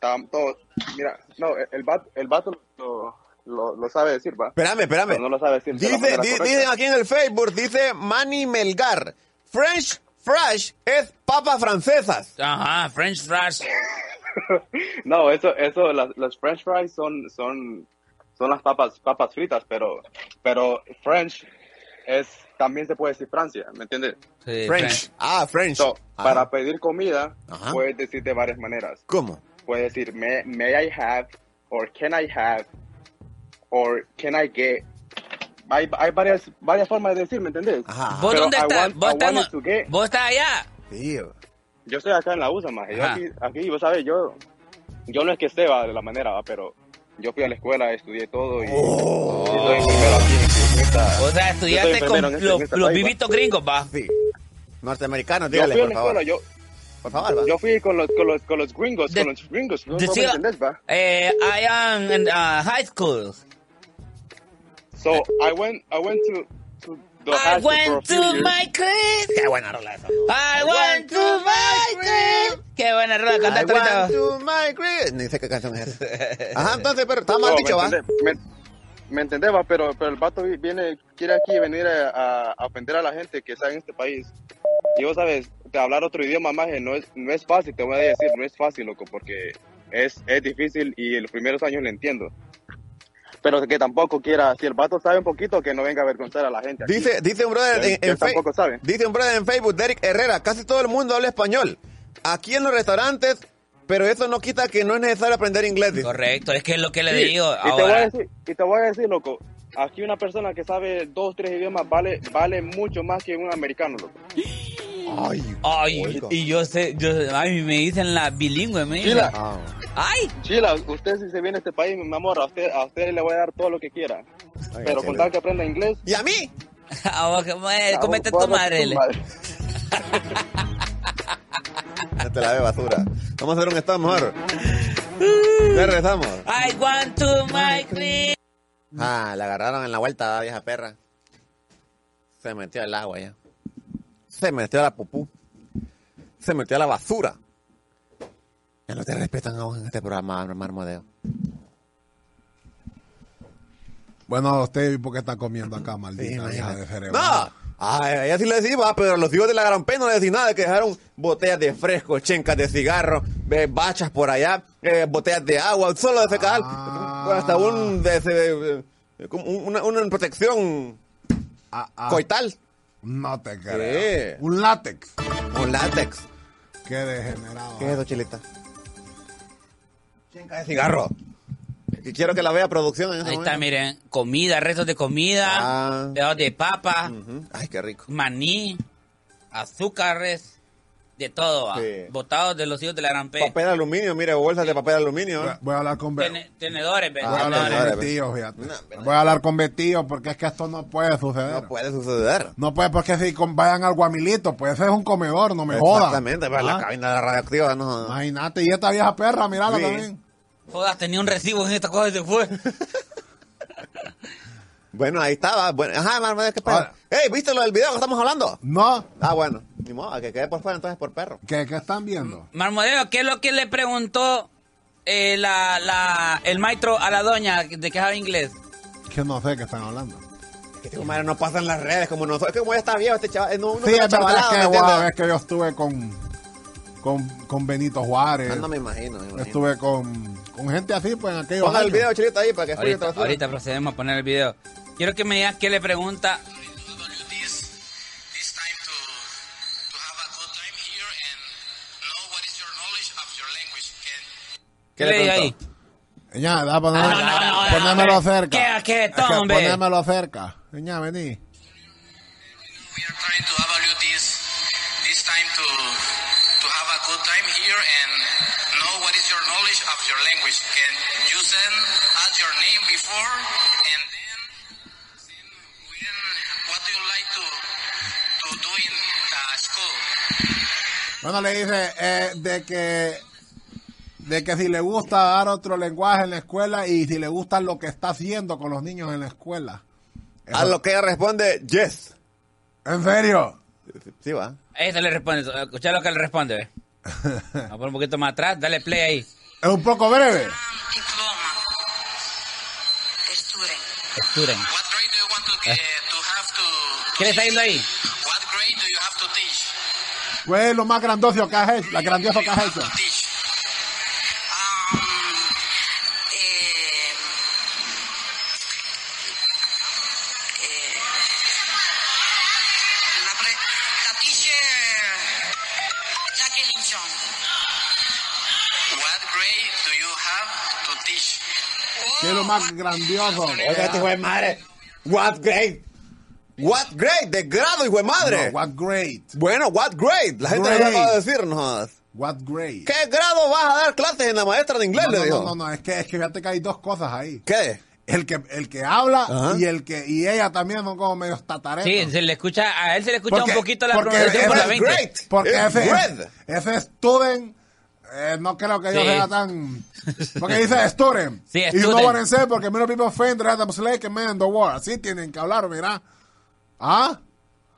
Tam- todo- mira, no, e, el- el vato, el vato lo, lo, lo sabe decir, va. Espérame, espérame. Pero no lo sabe decir. de la Dice, manera di- correcta. dicen aquí en el Facebook, dice Manny Melgar. French fries es papas francesas. Ajá, French fries. No, eso, eso, las, las French fries son, son, son las papas, papas fritas, pero, pero French es, también se puede decir Francia, ¿me entiendes? Sí, French. Ah, French. So, Ajá. para pedir comida, Ajá. puedes decir de varias maneras. ¿Cómo? Puedes decir, may, may I have, or can I have, or can I get. Hay, hay varias, varias formas de decir, ¿me entendés? ¿Vos Pero dónde I estás? want- ¿Vos I estás, wanted to get- ¿Vos estás allá? Yo estoy acá en la USA, maje. Yo Ajá. aquí, aquí, vos sabes, yo, yo no es que esté va, de la manera, va, pero Yo fui a la escuela, estudié todo y, Oh. y soy enfermero aquí en esta- O sea, yo estudiaste soy con enfermero en este- los, en este los país, va. vivitos gringos, va. Norteamericanos, Yo dígale, fui a por la favor. escuela, yo, Por favor, va. yo fui con los, con los, con los gringos, con los gringos. ¿no? ¿Cómo Decía- me entendés, va? Eh, I am in uh, high school. So I went, I went to, to the I high school for a went few to years. my crib. Qué buena rola esa. I went to my crib. Qué buena rola, I cantaste ahorita. want to my crib. Ni sé qué canción es. Ajá, entonces, pero está No, mal me dicho, va. entendés, Me, me entendés, va, pero, pero el vato vi- viene, quiere aquí venir a, a- a ofender a la gente que está en este país. Y vos sabes, te hablar otro idioma más no es, no es fácil, te voy a decir, no es fácil, loco, porque es, es difícil y en los primeros años lo entiendo. Pero que tampoco quiera, si el vato sabe un poquito, que no venga a avergonzar a la gente. aquí. Dice, dice un brother Él- en, en él tampoco Fe- sabe. dice un brother en Facebook, Derek Herrera, casi todo el mundo habla español. Aquí en los restaurantes, pero eso no quita que no es necesario aprender inglés. dice. Correcto, es que es lo que le Sí, digo y te, voy a ahora. decir, y te voy a decir, loco, aquí una persona que sabe dos, tres idiomas vale, vale mucho más que un americano, loco. Ay, Ay, y yo sé, yo, ay, me dicen la bilingüe, me dicen. Chila. Ah, Ay. Chila, usted si se viene a este país, mi amor, a usted, a usted le voy a dar todo lo que quiera. Pero con tal que aprenda inglés. ¿Y a mí? A vos, que- eh, a comete vos, tu vos, madre. le. No te la ve basura. Vamos a hacer un estado mejor. Ya regresamos. I want to my crib. Ah, la agarraron en la vuelta, la vieja perra. Se metió al agua ya. Se metió a la pupú. Se metió a la basura. Ya no te respetan aún en este programa, Marmodeo. Bueno, usted, ¿y ¿por qué está comiendo acá, maldita vieja de cerebro? Ah, ¡No! Ay, a ella sí le decimos, ah, pero a los hijos de la gran pena no les decís nada, que dejaron botellas de fresco, chencas de cigarro, eh, bachas por allá, eh, botellas de agua, solo de fecal, hasta un, de- de- de- como una, una protección coital. ah, No te creo. Un látex. Un látex. Qué degenerado. ¿Qué es eso, Chilita? Chenca de cigarro. Y quiero que la vea producción en ese Ahí momento. está, miren, comida, restos de comida, Ah. pedazos de papa, Mm. Ay, qué rico. maní, azúcares, de todo, va. Sí. botados de los hijos de la gran P. Papel aluminio, mire, bolsas de papel aluminio. Voy a, hablar con Vero. Tene- Tenedores, ve. Voy a hablar con Betío, fíjate. Voy a hablar con Betío porque es que esto no puede suceder. No puede suceder. No puede, porque si con- vayan al guamilito, pues ese es un comedor, no me jodas. Exactamente, va, la cabina de la radioactiva, no. Imagínate, y esta vieja perra, mirala Sí. también. Jodas, tenía un recibo en esta cosa y se fue. Bueno, ahí estaba. Bueno, ajá, Marmodeo, ¿qué pasa? ¡Ey, viste lo del video que estamos hablando! No. Ah, bueno. Ni modo, a que quede por fuera entonces por perro. ¿Qué, qué están viendo? Marmodeo, ¿qué es lo que le preguntó eh, la, la, el maestro a la doña de que sabe inglés? Que no sé qué están hablando. Que este madre no pasa en las redes como nosotros. Es que como ya está viejo este chaval. eh, No, no sí, está es verdad chavalado, que, ¿me guau, entiendes? es que yo estuve con, con, con Benito Juárez. Ah, no me imagino, me imagino. Estuve con, con gente así, pues en aquellos Ponga el años. video, Chilita, ahí para que escuche Ahorita, otra vez. ahorita procedemos a poner el video. Quiero que me digas qué le pregunta. ¿Qué le digo ahí? Ya, da, ponémelo, Ah, no, no, no, no, ponémelo hombre. cerca. ¿Qué- qué, Es que Tom, hombre? Ponémelo cerca. Ya, vení. trying to evaluate this this time to to have a good time here and know what is your knowledge of your language. Can you send us your name before and then send when what do you like to to do in the school? Bueno, le dice eh, de que de que si le gusta dar otro lenguaje en la escuela y si le gusta lo que está haciendo con los niños en la escuela. A lo que ella responde, yes. ¿En serio? Sí, va. Eso le responde. Escucha lo que le responde. ve. Vamos a poner un poquito más atrás. Dale play ahí. Es un poco breve. Student. Eh. ¿Qué le está yendo ahí? Pues lo más grandioso que has hecho, la grandioso que has hecho. La teacher Jacqueline John. What grade do you have to teach? Que es lo más grandioso. Oiga, este hijo de madre. What grade? What grade? De grado, hijo de madre. No, what grade? Bueno, what grade? La gente no lo Grade. acaba de decir, no jodas. What grade? ¿Qué grado vas a dar clases en la maestra de inglés? No, le no, dijo. no, no, no, es que, es que fíjate que hay dos cosas ahí. ¿Qué? El que, el que habla Ajá. y el que y ella también son como medio tatareros. Sí, se le escucha, a él se le escucha Porque- un poquito la porque pronunciación por es la 20. great. Porque ese, ese student, eh, no creo que yo Sí. sea tan... Porque dice student. Sí, Y no student. van a ser porque mira people offend them like a man in the world. Así tienen que hablar, mira. ¿Ah?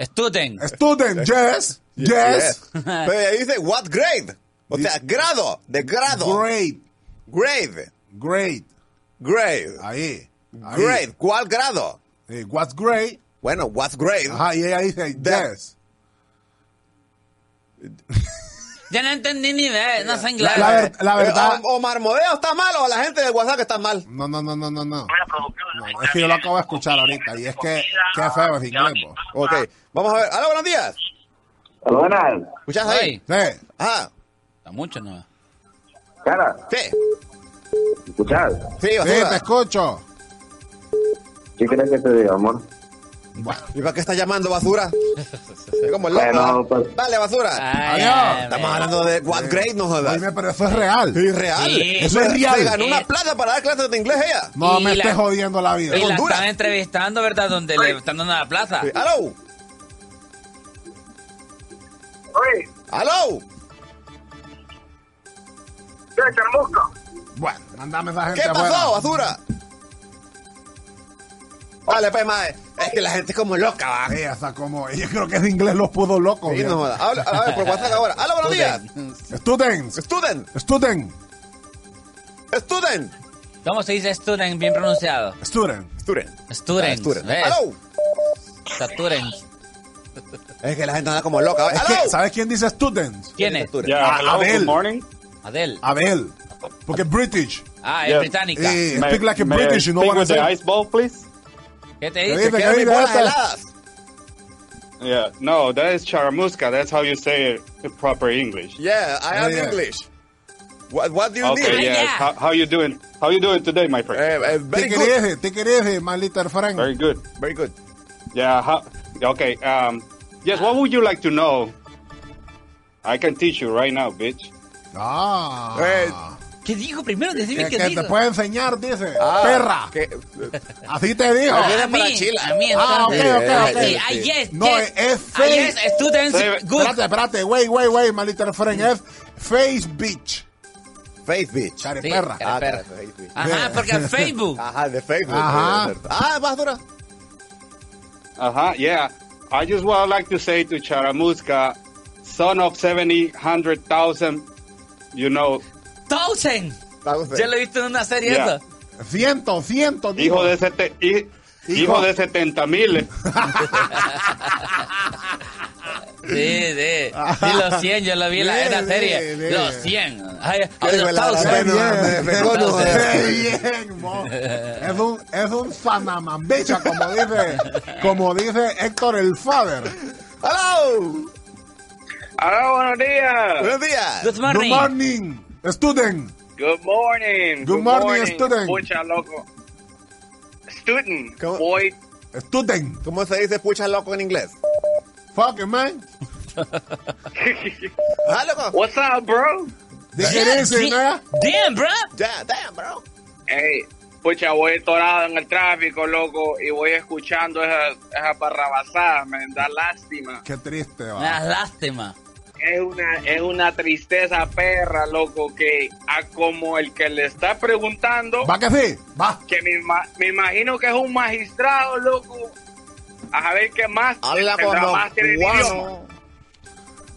Student. Student, yes. Yes. Pero ella dice, what grade? O sea, grado, de grado. Grade. Grade. Grade. Grade. Ahí. ahí. Grade. ¿Cuál grado? Eh, what's grade? Bueno, what's grade? Ajá, y ella dice, That- yes. Ya no entendí ni ver, no sé inglés. la ver- la verdad- ah, O- Omar Modeo está mal o la gente de WhatsApp está mal. No, no, no, no, no, no. No, es que yo lo acabo de escuchar ahorita y es que, qué feo es inglés, bo. Ok, vamos a ver. Hola, buenos días. Buenas. ¿Escuchas ahí? Sí. Ah, Está mucho, ¿no? Cara, sí. ¿escuchás? Sí, Sí, te escucho. ¿Qué crees que te diga, amor? ¿Y para qué estás llamando basura? Es como el loco. Bueno, ¿ah? pues- Dale, basura. Ay, Adiós. ay, Estamos ay. hablando de what grade, no jodas. Oye, pero eso es real. Sí, real. Sí. Eso es Se- real. Se ganó una Eh. plaza para dar clases de inglés ella. No Y me la- estés jodiendo la vida. Y la Honduras. están entrevistando, ¿verdad? Donde le están dando la plaza. Sí. ¡Aló! ¡Aló! ¿Qué, Charamusca? Bueno, mandame esa gente ¿Qué pasó, afuera. basura? Dale, pues, mae. Es que la gente es como loca, va. Sí, hasta como, yo creo que ese inglés los pudo locos. Sí, no jodas. Habla- A ver, por WhatsApp ahora. ¡Aló, buenos días! Students, ¡Student! student, ¡Student! ¿Cómo se dice student bien pronunciado? student. ¡Student! Ah, Student. student. ¿ves? ¡Aló! Student. Es que la gente anda como loca. Es ¿va? que, ¡Aló! ¿sabes quién dice students? ¿Quién es? Student. Ah, Yeah, hello, Abel. good morning. Adel. Abel. Porque es British. Ah, es Yeah. británica. Eh, May- speak like a may I British y no speak van a with the ser. ice ball, please? ¿Qué te ¿Qué dice? Se dice? ¿Qué quedan mis dice bolas esta? heladas. Yeah, no, that is Charamusca. That's how you say it in proper English. Yeah, I am Oh, yeah. English. What, what do you Okay, need? yes. yeah. How, how you doing? How you doing today, my friend? Eh, eh, very Te good. querés, te querés, my little friend. Very good. Very good. Yeah. How, okay. Um. Yes. What would you like to know? I can teach you right now, bitch. Ah. Eh, ¿Qué dijo primero? Decime que, qué que dijo. te puede enseñar, dice. Ah, Perra. que- Así te dijo. Ah, a viene mí, para Chile. a mí, Ah, ok, entonces. ok, ok. Sí, ah, yes, No, eh, yes. es Ah, fake. yes, students, Debe- good. Espérate, espérate, wey, wey, wey, my little friend. Es Face Beach. Face bitch. Care Sí, perra. cara Ah, perra. cara, face bitch. Ajá, porque en Facebook. Ajá, de Facebook. Ajá. eh, Ah, basura. Uh huh. Yeah. I just would like to say to Charamusca, son of seventy hundred thousand. You know, Thousand. Pausa. Ya lo he visto en una serie Yeah. eso. Ciento, ciento, hijo dijo. de sete, hi- Hijo. hijo de setenta mil. Sí, sí. Sí, los 100, yo lo vi en la, en la Bien, serie. bien, Los bien. 100. Ay, Yo ay, digo, los la verdad, thousand. bueno, me despegó, no, Thousand. eh. Qué bien, mo. Es un, es un fanamambicha, como dice, como dice Héctor el Father. ¡Aló! Hola, Ah, buenos días. Buenos días. Good morning. Good morning, student. Good morning. Good morning, student. Pucha, loco. Student. ¿Cómo? Boy. Student. ¿Cómo se dice pucha loco en inglés? Fuck it, man. ¡Ah, loco! What's up, bro? ¿De qué dice, "Ah, Yeah, ¿no? Damn, bro. Ya, damn, bro. Hey, pucha, voy atorado en el tráfico, loco, y voy escuchando esas esa barrabasadas, me da lástima. Qué triste, Me das va. Ah, lástima. Es una, es una tristeza perra, loco, que a como el que le está preguntando, ¿Va que sí? Va. que me, ima- me imagino que es un magistrado, loco, a saber qué más Habla tendrá como máster en idioma. cubano.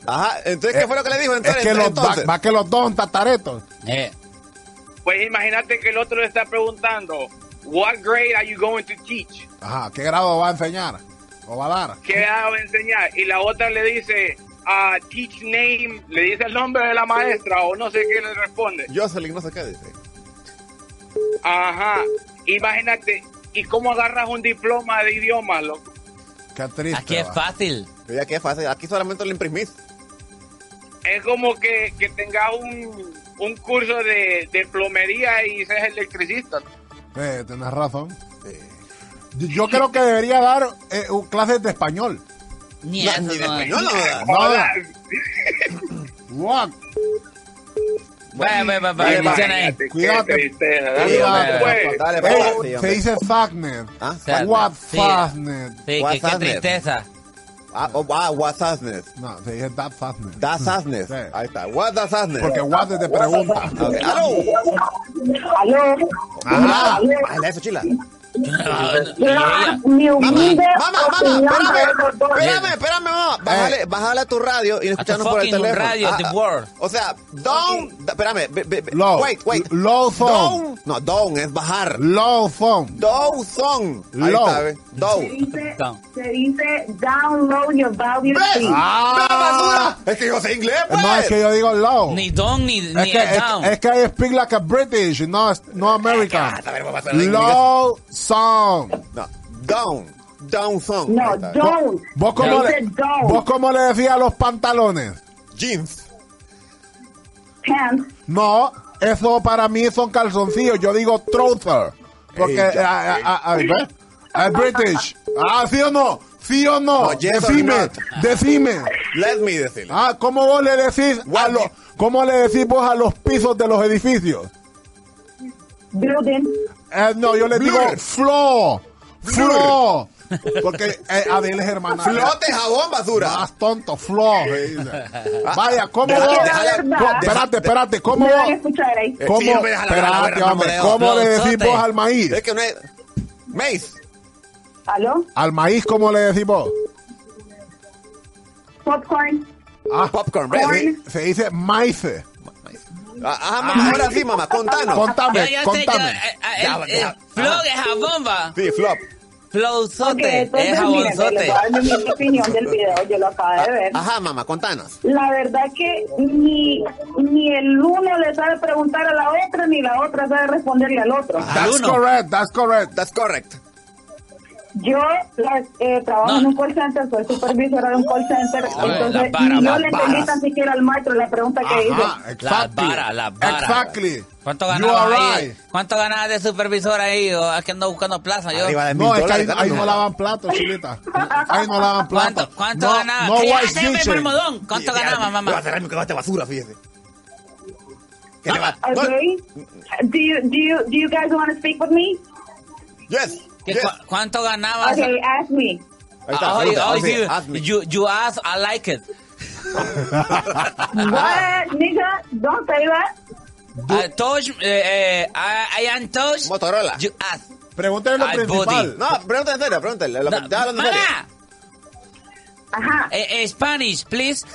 Ajá, entonces, ¿qué fue lo que le dijo? Eh, Es Entonces, que los, va, entonces. va que los dos son tataretos. Eh, Pues imagínate que el otro le está preguntando, what grade are you going to teach? Ajá, ¿qué grado va a enseñar? ¿O va a dar? ¿Qué edad va a enseñar? Y la otra le dice, ah, teach name, le dice el nombre de la maestra o no sé qué le responde. Jocelyn, no sé qué dice. Ajá, imagínate, ¿y cómo agarras un diploma de idiomas, loco? Qué triste. aquí es va. fácil. Mira qué fácil. Aquí solamente lo imprimís. Es como que, que tengas un, un curso de, de plomería y seas electricista. Eh, tenés razón. Yo- Yo creo que debería dar eh, un- clases de español. Ni No, eso, ni de no. español, no, jodas. No, Hola. What? Vaya, vaya, vaya, Dale, bendiciones pa. ahí. Cuídate. Qué tristeza, dale, Cuídate, pues. pa. Dale, Ey, pa, sí, Se se dice Fagnet. ¿Ah? What Sí. Fagnet. Sí, que- qué tristeza. Ah, oh, ah, what Fagnet. No, se dice that Fagnet. Das Fagnet. Ahí está. What das Fagnet. Mm, Porque what es de pregunta. Ok, ah, ¡Aló! Aló. ¡Ajá! ¡Bájale eso, chila! La- mi humilde Mamá, mamá, opinión espérame, de los dos. espérame, espérame, mamá. Bájale, bájale a tu radio y no escucharnos por el Eh. fucking teléfono. radio, Ah, the ah, world. O sea, don't, da- espérame, be- be- be- Low. wait, wait. Low phone. Down, no, down es bajar. Low phone. Down song. Ahí Low. está, ve. Down. Se dice download your value ¿Ves? ¡Ah! Es que yo sé inglés, pues. No, es que yo digo low. Ni don ni, Es ni que, es, down. es que I speak like a British, no, no American. en Low song. No, down, down song. No, Ahí está. don't. ¿Vos cómo, Dice le, don't. ¿Vos cómo le decías a los pantalones? Jeans. Pants. No, eso para mí son calzoncillos. Yo digo trouser. Porque Ey, ya, ah, ey. ah, ah, ¿ves? Ah, British. Ah, ¿sí o no? ¿Sí o no? No, yes or decime, not. decime. Let me decirle. Ah, ¿cómo vos le decís a los, cómo le decís vos a los pisos de los edificios? Building. Eh, no, yo le digo Blur. floor. Floor. Porque eh, Adel es hermana. Flote jabón, basura. Más tonto, floor. se dice. Vaya, ¿cómo Deja- vos? deja la- ¿Cómo- Espérate, espérate, ¿cómo Me van a vos? escuchar ahí. Eh, ¿Cómo, sí, no Eh. me dejas la palabra, espérate, mamá, hombre, me dejo. ¿cómo le decís Flote. vos al maíz? Es que no es. Mace. ¿Aló? ¿Al maíz cómo le decís vos? Popcorn. Ah, Popcorn, se, ¿ves? se dice maíz. Ah, ah, mamá, ahora sí, mamá, contanos. Contame, Ya, ya sé que, contame. eh, eh, Ya, eh, ya. Flow es jabón, va. Sí, flop. Ok, Flowzote entonces, es miren, les voy jabonzote. a dar mi humilde opinión del video, yo lo acabo Ah, de ver. Ajá, mamá, contanos. La verdad que ni, ni el uno le sabe preguntar a la otra, ni la otra sabe responderle al otro. That's correct, that's correct. That's correct. Yo la- eh, trabajo en un call center, soy supervisora de un call center, Oye, entonces las varas, no las le entendí varas. tan siquiera al maestro la pregunta que Ajá, hizo. La exactly. vara, la vara. Exactly. ¿Cuánto You ganabas are ahí? right. ¿Cuánto ganabas de supervisor ahí? O es que ando buscando plaza yo. Arriba de mil No, es que ahí, dólares. ahí no ganamos. lavan platos, chilita. Ahí no lavan platos. ¿Cuánto, cuánto no, ganabas? No, ¿Qué white haces, kitchen. Bermudón? ¿Cuánto Ya, ganabas, Le va mamá? a cerrar mi cagada de basura, fíjese. ¿Qué Ah, le va? No, Okay. Do you, do you, do you guys want to speak with me? Yes. ¿Qué- yes. cu- ¿Cuánto Ah, ganabas? Okay, ask me. Ahí está, Ah, ahí hoy- está, hoy ahí you- está, hazme. you, you ask, I like it. Ah. What, nigga? Don't say that. I touch, eh, eh, I, I am touch. Motorola. You ask. Pregúntale lo Ay, principal. booty. No, pregúntale en serio, pregúntale. Lo que No, te hablando en serio. mamá, Ajá. eh, eh, Spanish, please.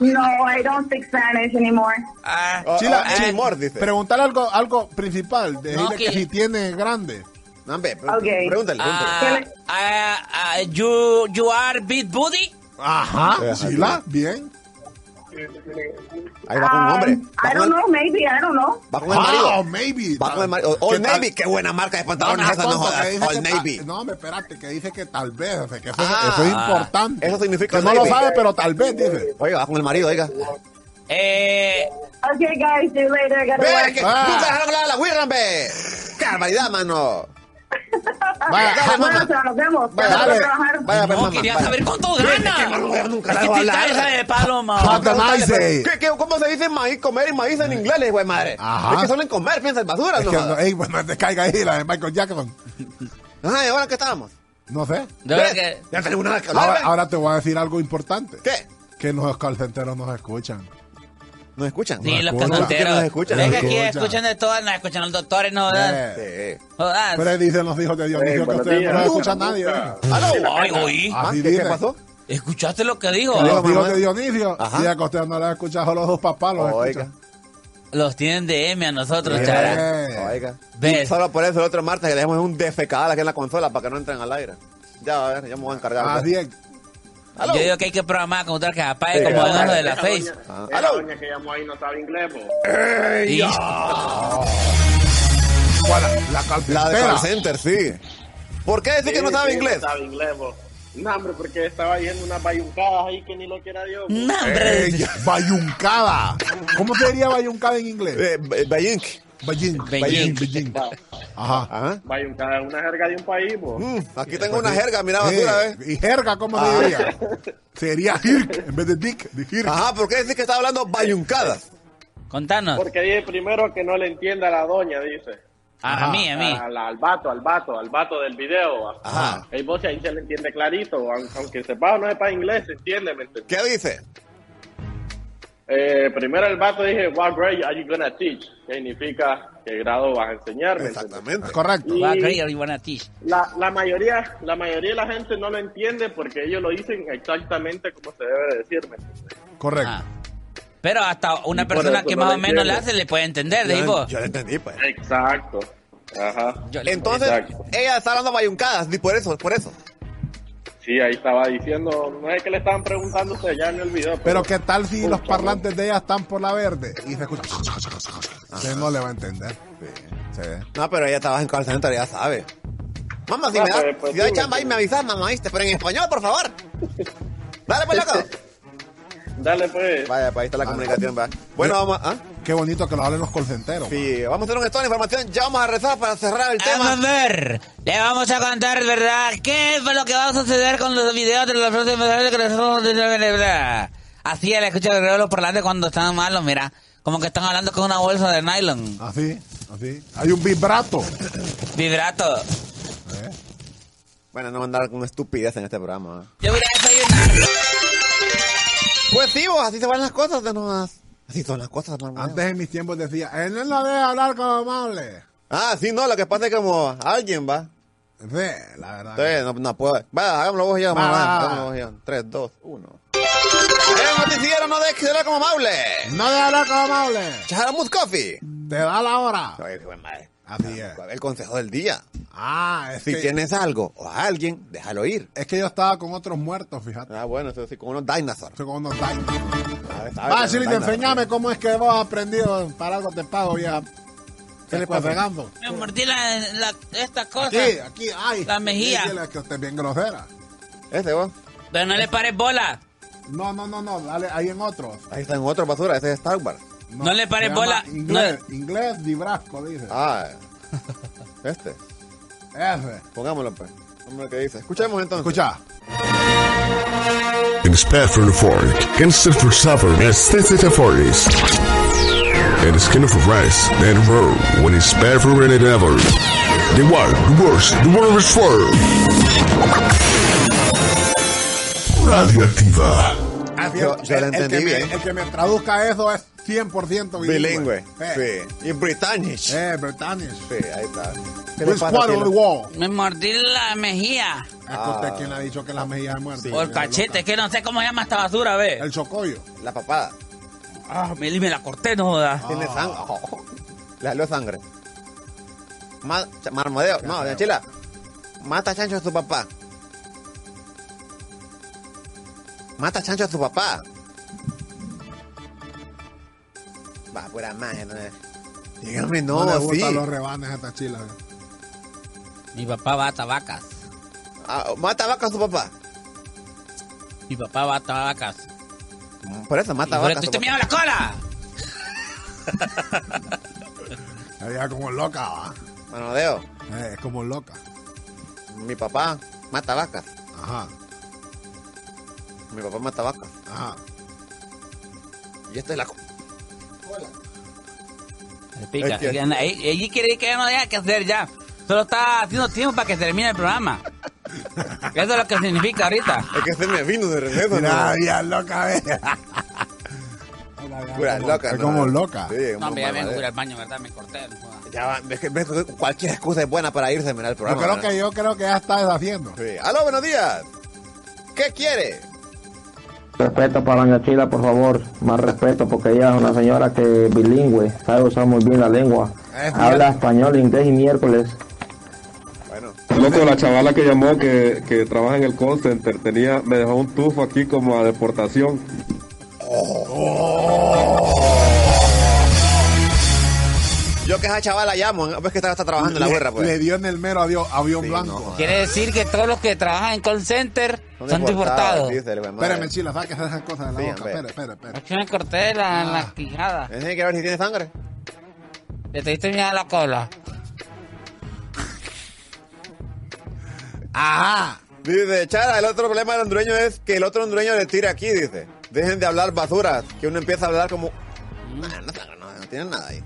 No, I don't speak Spanish anymore. Ah, Oh, Chila, eh, oh, Chimor, dice. Preguntarle algo, algo principal. Decirle No, que que- si tiene grande. No, hombre, pre- Okay. pregúntale. pregúntale. ah, ah, ah, you, you are big booty. Ajá, Ajá, Chila, bien. Ah, Ahí va con un hombre. Um, Va I con don't el, know, maybe, I don't know. va con el marido. Ah, maybe. Va con el marido. Old ¿Qué tal? Navy, qué buena marca de No, pantalones no, esa, no tonto, que jodas. dice Old que Navy. tal- no, me espérate, que dice que tal vez, o sea, que eso, Ah, eso es importante. eso significa que no lo Navy. sabe, pero tal vez, dice. Oiga, va con el marido, oiga. Eh, Okay, guys, see you later. I gotta ¡Ve, work. que Ah. nunca dejaron hablar a la Wirran, ve! ¡Qué barbaridad, mano! Vaya, dale, Bueno, mamá. se nos vemos. Vaya, Tengo que dale. trabajar. Vaya, pues, no, mamá, quería vaya. saber cuánto que gana. no lo veo nunca, Es la que voy te a hablar. cabeza de paloma. Ah, Nice Day. ¿Qué, qué, cómo se dice maíz, comer y maíz en inglés, güey, madre? Ajá. Es que solo en comer, piensa en basura, Es ¿no? que, jodas. ey, bueno, te caiga ahí la de Michael Jackson. Ajá, ¿y ahora qué estábamos? No sé. De verdad ¿Ves? que- Ya tenemos nada que hablar, Ahora, ¿ves? ahora te voy a decir algo importante. ¿Qué? Que los calcenteros nos escuchan. ¿Nos escuchan? Sí, los escucha. cantanteros. Nos escuchan. Es que Nos aquí escuchan. escuchan de todas, nos escuchan los doctores, no jodas. Eh, Sí. Jodas. Pero ahí dicen los hijos de Dionisio que buenos ustedes días. no los Nunca, escucha nadie. nunca. ¿eh? ¡Aló! Ay, oí. Ah, Así ¿Qué, qué dice. pasó? ¿Escuchaste lo que dijo? Aló, Los hijos mamá. de Dionisio, Ajá. si a que ustedes no los escuchan, solo sus papás los Oiga. escuchan. Los tienen de M a nosotros, Bien. chara. Oiga. Ves. Y Solo por eso el otro martes que le dejamos un defecadal aquí en la consola para que no entren al aire. Ya, a ver, ya me voy a encargar. Así es. Aló. Ah, Yo digo que hay que programar con otra que apague Sí, como claro. uno de la Face. Ah. La doña que llamó ahí no sabe inglés, po. Y- Bueno, la La de call calcentera. center, sí. ¿Por qué decir que no Sí, sabe sí, inglés? No sabe inglés, po. No, hombre, porque estaba yendo unas bayuncadas ahí que ni lo quiera Dios. po. No, hombre. Ey, Bayuncada. ¿Cómo se diría bayuncada en inglés? Eh, Bayink. Bayink. Bayink. Bayink. Ajá. Ah, Vaya, un- cada una jerga de un país, vos. Mm, aquí tengo una jerga, mira, basura, ¿eh? ¿ves? Eh, ¿Y jerga cómo Ah. se diría? Sería Hirk en vez de Dick. de Hirk. Ajá, ¿por qué decís que está hablando bayuncadas? Contanos. Porque dice primero que no le entienda a la doña, dice. A, a mí, a mí. Al, al vato, al vato, al vato del video. Ajá. Ahí vos ahí se le entiende clarito, aun- aunque sepa o no sepa inglés, se entiende, ¿me entiendes? ¿Qué dice? Eh, primero el vato dije, what grade are you gonna teach? Que significa qué grado vas a enseñar, ¿me entiendes? Exactamente. Correcto. Y- What grade are you wanna teach? La, la mayoría, la mayoría de la gente no lo entiende porque ellos lo dicen exactamente como se debe de decir, ¿me entiendes? Correcto. Pero hasta una por persona eso que no más la o menos entiendo. le hace le puede entender, Yo- ¿de vos? Yo lo entendí, pues. Exacto. Ajá. Entonces, ella está hablando bayuncadas, y por eso, por eso. Sí, ahí estaba diciendo, no es que le estaban preguntando, ustedes ya me olvidó. Pero qué tal si los parlantes de ella están por la verde y se escucha. Usted no le va a entender. No, pero ella trabaja en call center, ya sabe. Mamá, si Ah, me da, pues, pues, si da sí, chamba me- ahí me avisas, mamá, ¿viste? Pero en español, por favor. Dale, pues, loco. Dale, pues. Vaya, pues ahí está la comunicación, va. Bueno, vamos, ¿ah? Qué bonito que lo hablen los colcenteros. Sí, vamos a hacer un estado de información. Ya vamos a rezar para cerrar Ah, el tema. Vamos a ver, le vamos a contar, ¿verdad? ¿Qué es lo que va a suceder con los videos de los próximos años que nosotros verdad? Así le escucha el reloj por delante cuando están malos, mira. Como que están hablando con una bolsa de nylon. Así, así. Hay un vibrato. Vibrato. Bueno, no mandar con estupidez en este programa. ¿ah? Yo voy a Pues sí, vos, así se van las cosas de nomás. Así son las cosas, mamá. Antes en mis tiempos decía, él no la deja hablar como amable. Ah, sí, no, lo que pasa es que como alguien va. Sí, la verdad. Entonces, no, no puedo. Va, hagámoslo vos ya, Va, mamá. va, va. Hagámoslo vos ya. Tres, dos, uno. El noticiero no deje de hablar como amable. No deja hablar como amable. Charamuz Coffee. Te da la hora. Ay, hijo de madre. Así es. El consejo del día. Ah, es Si que, tienes algo o a alguien, déjalo ir. es que yo estaba con otros muertos, fíjate. Ah, bueno, eso sí, con unos dinosaurs. Con unos dinosaurs. Ah, Va, Silita, enseñame cómo es que vos has aprendido. Para algo te pago, vieja. ¿Qué le está Recuerda. pegando? Me mordí la, la- esta cosa. Aquí, aquí, ay. La mejilla. Sí, la que usted es bien grosera. Ese Este, vos. Pero no le pares bola. No, no, no, no, dale, ahí en otros. Ahí está en otra basura, ese es Star Wars. No, le pares Se bola. llama Inglés, inglés dibrasco, dice. Ah, este. Ese. Pongámoslo, pues. Vamos a ver qué dice. Escuchemos entonces. Escucha. En Spafford Ford, Cancer for Suffer, Aesthetic Forest. And skin of rice, then roll, when it's Spafford and ever. The one, the worst, the world is for. Radioactiva. Ah, Yo- bien, yo la el- entendí el, que bien. Me, el que me traduzca eso es 100% bilingüe. Bilingüe. Sí. Y British. Eh, Britannish. Sí, ahí está. ¿Qué le Will pasa, Squad on the Tilo? wall. Me mordí la mejía. Ah. Es que usted quien ha dicho que las mejillas muertas. o el cachete, que no sé cómo se llama esta basura, ve. El chocollo. La papada. Ah, me, me la corté, no jodas. Tiene sangre. Oh. Le salió sangre. Ma- cha- marmodeo. No, doña Chila. Mata chancho a su papá. Mata chancho a su papá. Va, pura magia. No es. Dígame, no, le gustan sí. los rebanes a esta chila. Mi papá bata vacas. Ah, mata vaca a su papá. Mi papá bata vacas. Por eso mata Y vaca por a eso su te papá. miedo la cola. La vieja como loca, va. Marmodeo. Eh, es como loca. Mi papá mata vacas. Ajá, Mi papá mata vacas. ajá. Y esta es la. co- Se pica. Es que- Y anda- y- y Allí quiere que ya no haya que hacer ya. Solo está haciendo tiempo para que termine el programa. Eso es lo que significa ahorita. Es que se me vino de regreso. Ah. Mira, ¿no? vieja loca, ve. Pura como- loca. es ¿no? como loca. Sí, es No, hombre, muy ya vengo a ir mamadera. al baño, ¿verdad? Me corté. no jodas. Ya va, es que- ves que cualquier excusa es buena para irse a mirar el Yo programa. creo ¿no? que yo creo que ya está deshaciendo. Sí. Aló, buenos días. ¿Qué quiere? Respeto para Doña Chila, por favor. Más respeto, porque ella es una señora que es bilingüe, sabe usar muy bien la lengua. Es Habla español, inglés y miércoles. Loco, la chavala que llamó que, que trabaja en el call center tenía, me dejó un tufo aquí como a deportación. Yo que esa chavala llamo, ves que estaba está trabajando en la Le- guerra, pues. Le dio en el mero avión, avión blanco. Quiere decir que todos los que trabajan en call center Son son deportados, deportados. dice el güey, madre. Espérame, chila, saca esas cosas de Sí, la boca. hombre. Espera, espera, espera. Es que me corté Ah. la, la quijada. Eh, Tiene que ver si tiene sangre. Le te diste miedo a la cola. Ajá. Dice, Chara, el otro problema del hondureño es que el otro hondureño le tira aquí, dice. Dejen de hablar basuras, que uno empieza a hablar como... Nah, no, tengo- no, no tienen nada ahí.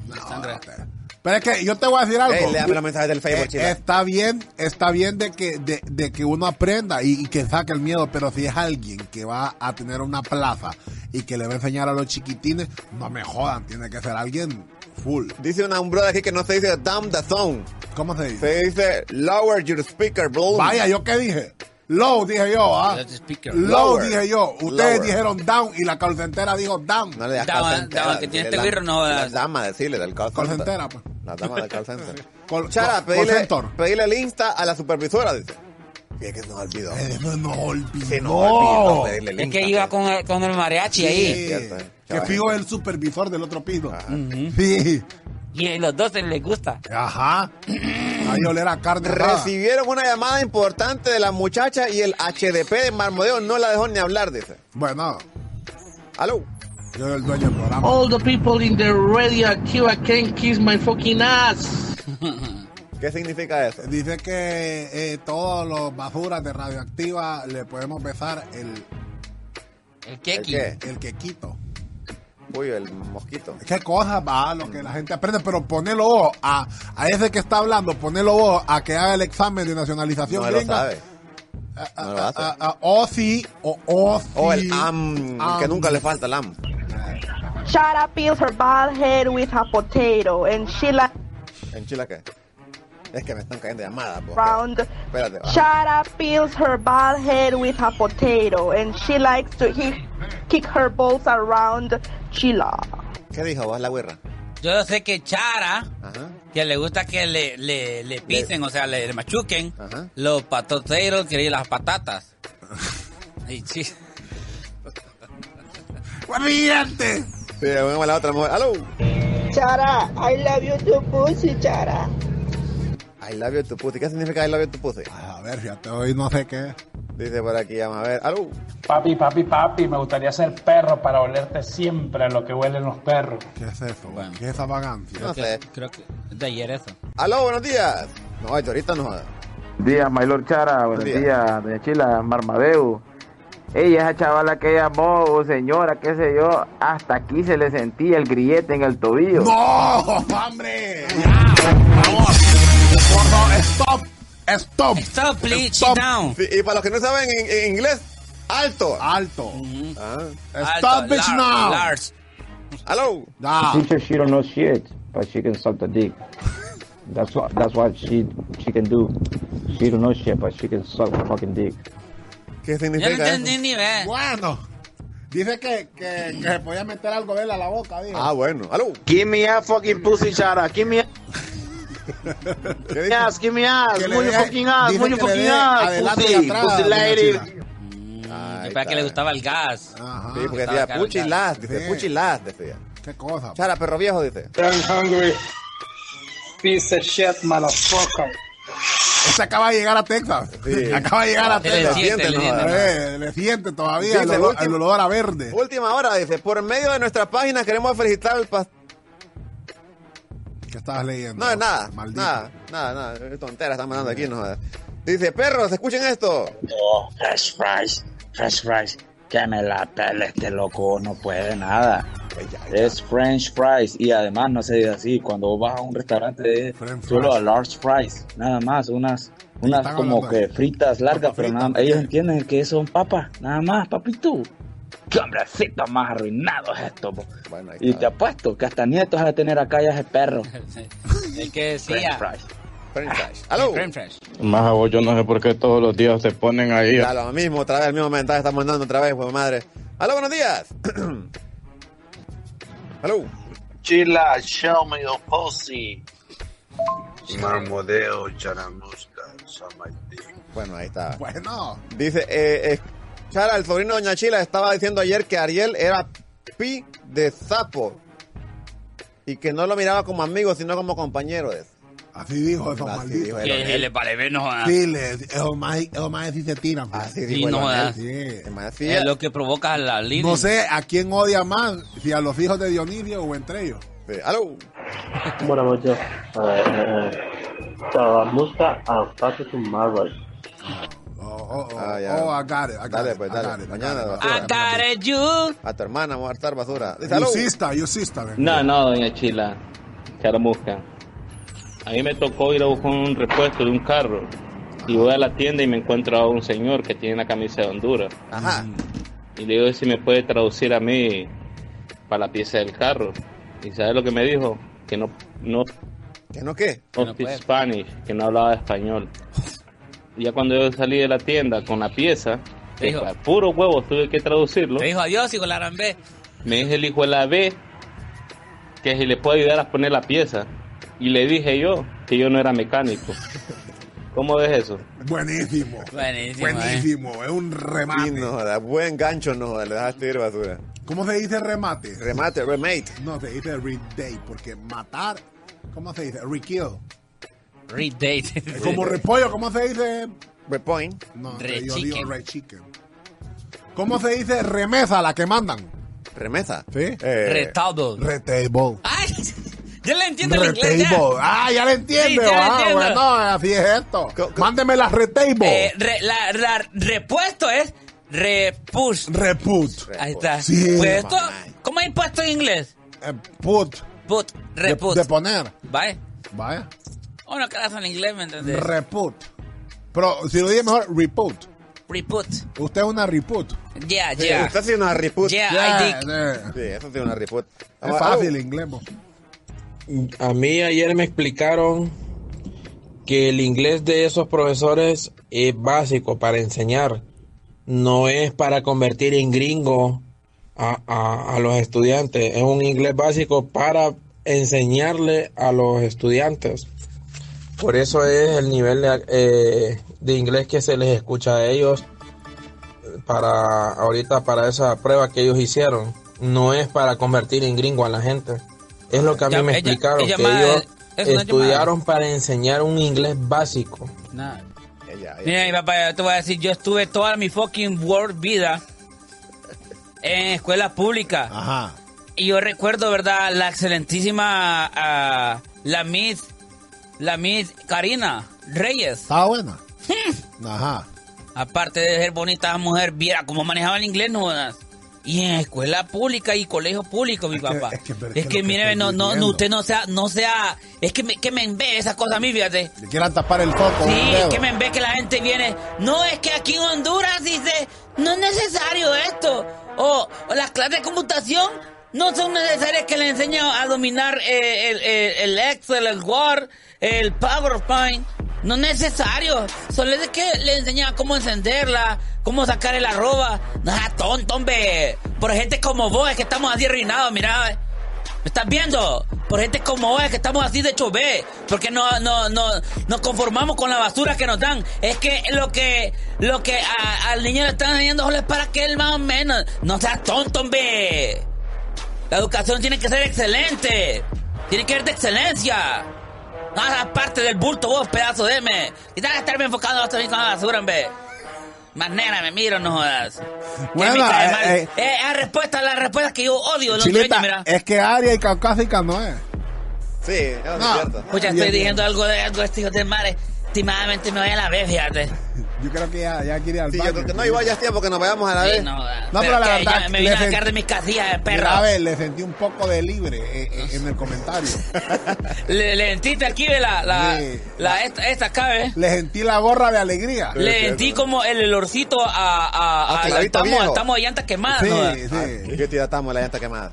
Pero es que yo te voy a decir algo. Eh, Ey, Eh, léame los mensajes del Facebook, chila. Está bien, está bien de que, de, de que uno aprenda y, y que saque el miedo, pero si es alguien que va a tener una plaza y que le va a enseñar a los chiquitines, no me jodan, tiene que ser alguien full. Dice una, un brother aquí que no se dice down the zone. ¿Cómo se dice? Se dice lower your speaker volume. Vaya, ¿yo qué dije? Low, dije yo, ¿ah? Let the speaker- Low, Lower. dije yo. Ustedes Lower. dijeron down y la calcentera dijo down. No le das Dama, call center, dama, que tiene dile este la- birro, no, La eh. dama, decirle del call Call center. center, pues. La dama del call center. Call- Chara, call- pedile, call center. pedile el Insta a la supervisora, dice. Y es que se nos olvidó. No, Eh, no olvidó. Se nos olvidó pedirle el Es Insta. que iba con el, con el mariachi Sí. ahí. Que fijo es el supervisor del otro piso. Sí. Y los dos les gusta. Ajá. Ahí oler a carne. Recibieron una llamada importante de la muchacha y el HDP de Marmodeo no la dejó ni hablar, dice. Bueno. Aló. Yo soy el dueño del programa. Oh. All the people in the radio Cuba can kiss my fucking ass. ¿Qué significa eso? Dice que eh, todos los basuras de radioactiva le podemos besar el, El keki. ¿El qué? el quequito. Uy, el mosquito. Qué cosa, va, lo que la gente aprende, pero ponelo ojo a, a ese que está hablando, ponelo ojo a que haga el examen de nacionalización No lo gringa. sabe. A- No lo hace. a- a- o sí, o o O ah, sí. el AM, que nunca le falta el AM. Chara peels her bald head with a potato and she like ¿En Chile qué? Es que me están cayendo llamadas, po. round. Espérate. va. Chara peels her bald head with a potato and she likes to he- kick her balls around Chila. ¿Qué dijo vos, la güerra? Yo sé que Chara, Ajá. que le gusta que le, le, le pisen, o sea, le, le machuquen los patoteros que las patatas. Y sí. Pues, ¡Brillante! Sí, vamos a la otra mujer. ¡Aló! Chara, I love you too, pussy, Chara. I love you, tu pussy. ¿Qué significa I love you, tu pussy? A ver, fíjate, hoy no sé qué. Dice por aquí, vamos a ver. ¡Aló! Papi, papi, papi, me gustaría ser perro para olerte siempre a lo que huelen los perros. ¿Qué es eso? ¿Qué es esa vagancia? No sé. Creo que es de ayer eso. ¡Aló, buenos días! No, esto ahorita no jodas. Días, Maylor Chara, buenos días. días, doña Chila, Marmadeu. Ella, esa chavala que llamó, o señora, qué sé yo, hasta aquí se le sentía el grillete en el tobillo. ¡No! ¡Hombre! ¡Ya! ¡Por favor! ¡Stop! ¡Stop! ¡Stop, please! down! Y para los que no saben en, en inglés, alto. Alto. Ah. Stop, bitch, lar- now. large. ¡Aló! Teacher, she don't know shit, but she can suck the dick. That's what that's what she she can do. She don't know shit, but she can suck the fucking dick. ¿Qué Yo no significa eso? entendí ni ver. Bueno. Dice que, que, que se podía meter algo de él a la boca, dijo. Ah, bueno. ¡Aló! Give me a fucking pussy, Chara. Give me a... ass, give me ass. Que le Muy dé- fucking ass, dice muy que le fucking dé ass. adelante Pussy, y atrás, pussy doña lady. Que para que le gustaba el gas. Sí, pues. porque decía puchilás, dice puchilás, decía. ¿Qué cosa? Chara, perro viejo, dice. I'm hungry. Piece of shit, motherfucker. Este acaba de llegar a Texas. Sí. Acaba de llegar a Se le Texas. siente, le siente. Eh, le siente todavía Dice, el olor, última- el olor a verde. Última hora, dice. Por medio de nuestra página queremos felicitar al pastor. ¿Qué estabas leyendo? No, es nada. Maldito. Nada, nada, nada. Es tontera, están mandando aquí, no jodas. Dice, perros, escuchen esto. Oh, Fresh Fries, Fresh Fries, que me la pele este loco, no puede nada. Es French fries y además no se dice así. Cuando vos vas a un restaurante es solo fries. large fries, nada más, unas, unas están como hablando de- que fritas largas, pero nada ellos entienden que son papas, nada más, papito. Qué hombrecitos más arruinados estos. po. Bueno, ahí y está. te apuesto que hasta nietos vas a tener acá ya ese perro. El que French decía. fries. French fries. Aló. French fries. Más a vos, yo no sé por qué todos los días te ponen ahí. Ya, lo mismo, otra vez, el mismo mensaje están mandando otra vez, pues madre. Aló, buenos días. Aló. Chila, show me your pussy. Marmodeo, charamusca, Bueno, ahí está. Bueno. Dice, eh, eh, Chara, el sobrino de Doña Chila estaba diciendo ayer que Ariel era pi de sapo. Y que no lo miraba como amigo, sino como compañero. dice. Así dijo esos Así dijo malditos. el Que le vale menos Ah. a... Sí, le- esos más esos más sí se tiran. Así Sí, no ah. da. Sí. Es lo que provoca la línea. No sé a quién odia más, si a los hijos de Dionisio o entre ellos. Aló. Buenas noches. Eh, eh, eh, Charamusca and Patrick Marvel. Oh, oh, Ah, ya. oh, I got it, I got dale, it, pues, I dale. got it, I Mañana, got it. basura. I got A tu hermana, vamos a hartar basura. You Salud. sister, you sister, ven. No, no, doña Chila, charamusca. A mí me tocó ir a buscar un repuesto de un carro. Y voy a la tienda y me encuentro a un señor que tiene una camisa de Honduras. Ajá. Y le digo si me puede traducir a mí para la pieza del carro. ¿Y sabes lo que me dijo? Que no... no ¿Que no qué? No speak Spanish, que no hablaba español. Y ya cuando yo salí de la tienda con la pieza, Te dijo- para puros huevos tuve que traducirlo. Te dijo adiós, hijo de la Arambé. Me dice el hijo de la B que si le puede ayudar a poner la pieza. Y le dije yo que yo no era mecánico. ¿Cómo ves eso? Buenísimo. Buenísimo. eh. Buenísimo, es un remate. Sí, no, joda, buen gancho, no, joda, le dejaste ir basura. ¿Cómo se dice remate? Remate, remate. No, se dice redate, porque matar, ¿cómo se dice? Rekill. Redate. Es como repollo, ¿cómo se dice? Repoint. No, Re yo chicken. digo red chicken. ¿Cómo se dice remesa, la que mandan? Remesa. Eh, ¿Sí? Retable. Retable. Ya le entiendo el inglés. Retable. ya. Ah, ya le Sí, entiende. ya le ah, entiendo. bueno, así es esto. Mándeme las retable. Eh, re- la, la repuesto es repush. Reput. Ahí está. Sí, Pues esto, ¿cómo hay puesto en inglés? Eh, put. Put, reput. De, de poner. Vaya. Vaya. Uno que en inglés, ¿me entendés? Reput. Pero si lo dije mejor, reput. Reput. Usted es una reput. Eh, Yeah, Sí, yeah. Usted hace una riput. Yeah, Ah, I dig. Sí, eso hace una riput. Es uh. fácil inglés. mo. A mí ayer me explicaron que el inglés de esos profesores es básico para enseñar, no es para convertir en gringo a, a- a los estudiantes, es un inglés básico para enseñarle a los estudiantes. Por eso es el nivel de, eh, de inglés que se les escucha a ellos para ahorita para esa prueba que ellos hicieron. No es para convertir en gringo a la gente. Es lo que a mí Ya- me ella- explicaron, ella que más- ellos es una llamada. estudiaron para enseñar un inglés básico. Nada. Mira, mi papá, yo te voy a decir, yo estuve toda mi fucking world vida en escuela pública. Ajá. Y yo recuerdo, ¿verdad? La excelentísima, ah, la Miss, la Miss Karina Reyes. Estaba buena. Ajá. Aparte de ser bonita esa mujer, viera cómo manejaba el inglés, no jodas. Y en escuela pública y colegio público, mi papá. es que- pero es es que que, lo que mire, estoy no, no, no, viviendo. usted no sea, no sea, es que me, que me enve esa cosa a mí, fíjate. Le quieran tapar el foco. Sí, que me ve que la gente viene. No, es que aquí en Honduras dice, no es necesario esto. O, o las clases de computación no son necesarias que le enseñen a dominar eh, el, el- el Excel, el Word, el PowerPoint. No es necesario. Solo es que le enseñan cómo encenderla, cómo sacar el arroba. Nada, tonto, hombre. Por gente como vos es que estamos así arruinados, mira. eh. ¿Me estás viendo? Por gente como es que estamos así de chové. Porque no, no, no, nos conformamos con la basura que nos dan. Es que lo que, lo que a- al niño le están enseñando solo es para que él más o menos. No seas tonto, hombre. La educación tiene que ser excelente. Tiene que ser de excelencia. No hagas parte del bulto vos, pedazo de M. Y tal estarme enfocando hasta mí con la basura, hombre. Manera, me miro, no jodas. Que Bueno, me cae mal. eh, Eh, la respuesta, la respuesta que yo odio. los dueños, mira. Chilita, es que área y caucásica no es. Sí, eso No. es cierto. Escucha, estoy diciendo algo de algo de estos hijos de madre. Estimadamente me voy a la vez, fíjate. Yo creo que ya, ya quiere ir al Sí, yo baño. creo que no, igual ya es tiempo que nos vayamos a la Sí, vez. no, No, pero la que ya verdad. me vine a le sacar sen- de mis casillas de perro. Mira, a ver, le sentí un poco de libre eh, eh, en el comentario. Le, le dentiste aquí ve la, la, Sí. la- esta, esta acá, ¿ves? Le sentí la gorra de alegría. Le sentí como el olorcito a, a, A a- clavito estamos, viejo. estamos de llanta Ah, quemada, ¿no? sí. que tiratamos la llanta quemada.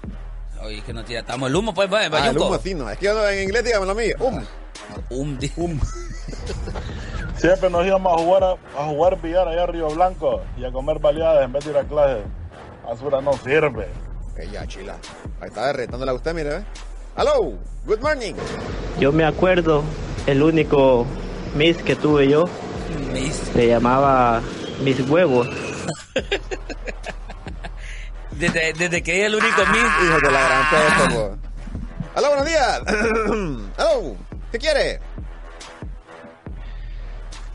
Oye, que no tiratamos el humo, pues, vaya, Ah, el bayunco. humo sí, no. Es que yo no- en inglés dígame lo mío. Hum. Hum. Siempre nos íbamos a jugar a, a jugar billar allá a Río Blanco y a comer baleadas en vez de ir a clase. Basura no sirve. Ella, chila. Ahí está retándola a usted, mire, ve. Hello, good morning. Yo me acuerdo, el único Miss que tuve yo se llamaba Mis Huevos. Desde, desde que es el único Ah, mío. Hijo de la Ah. gran pepa, po. Hola, buenos días. Hello, ¿qué quiere?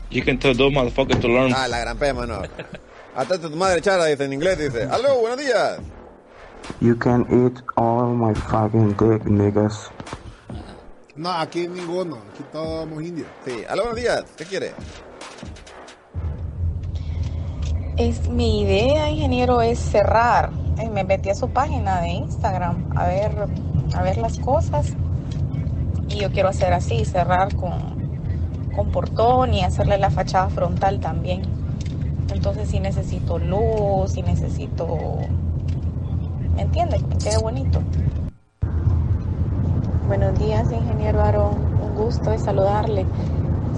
You can tell those motherfuckers to learn. Ah, la gran P, mano. Atento a tu madre, Chara, dice en inglés, dice. Hello, buenos días. You can eat all my fucking dick, niggas. No, aquí ninguno. Aquí todos somos indios. Sí, hola, buenos días. ¿Qué quiere? Es, mi idea, ingeniero, es cerrar. Ay, me metí a su página de Instagram a ver, a ver las cosas. Y yo quiero hacer así, cerrar con, con portón y hacerle la fachada frontal también. Entonces sí necesito luz, sí necesito... ¿Me entiendes? Que me quede bonito. Buenos días, ingeniero Aarón. Un gusto de saludarle.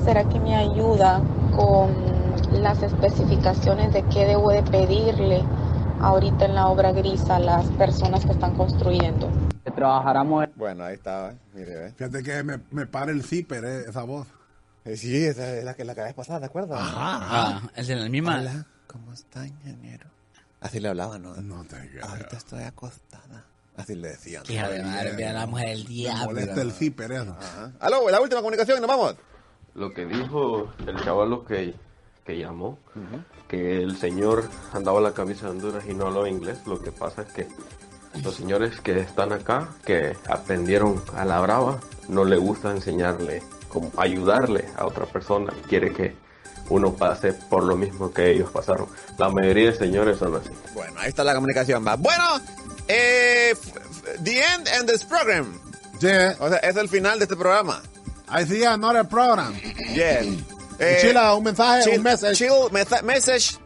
¿Será que me ayuda con las especificaciones de qué debo de pedirle ahorita en la obra gris a las personas que están construyendo? Que trabajáramos. Bueno, ahí estaba, mire, ve. Fíjate que me, me para el zipper eh, esa voz. Eh, Sí, esa es la que la vez pasada, ¿de acuerdo? Ah, es de la misma. Hola, ¿cómo está, ingeniero? Así le hablaba, ¿no? No te creo. Ahorita estoy acostada. Así le decían. Qué hija de madre, mira la mujer del diablo. Molesta el zipper, eh. Ajá. Aló, Ah. la última comunicación, nos vamos. Lo que dijo el chavalo que, que llamó, que el señor andaba la camisa de Honduras y no hablaba inglés, lo que pasa es que los señores que están acá, que aprendieron a la brava, no le gusta enseñarle, como ayudarle a otra persona, quiere que uno pase por lo mismo que ellos pasaron. La mayoría de señores son así. Bueno, ahí está la comunicación, va. Bueno, eh, f- f- the end and this program. O sea, es el final de este programa. I see another program. Yeah. Eh, Chila, un mensaje, chill- un message. chill, meta- message.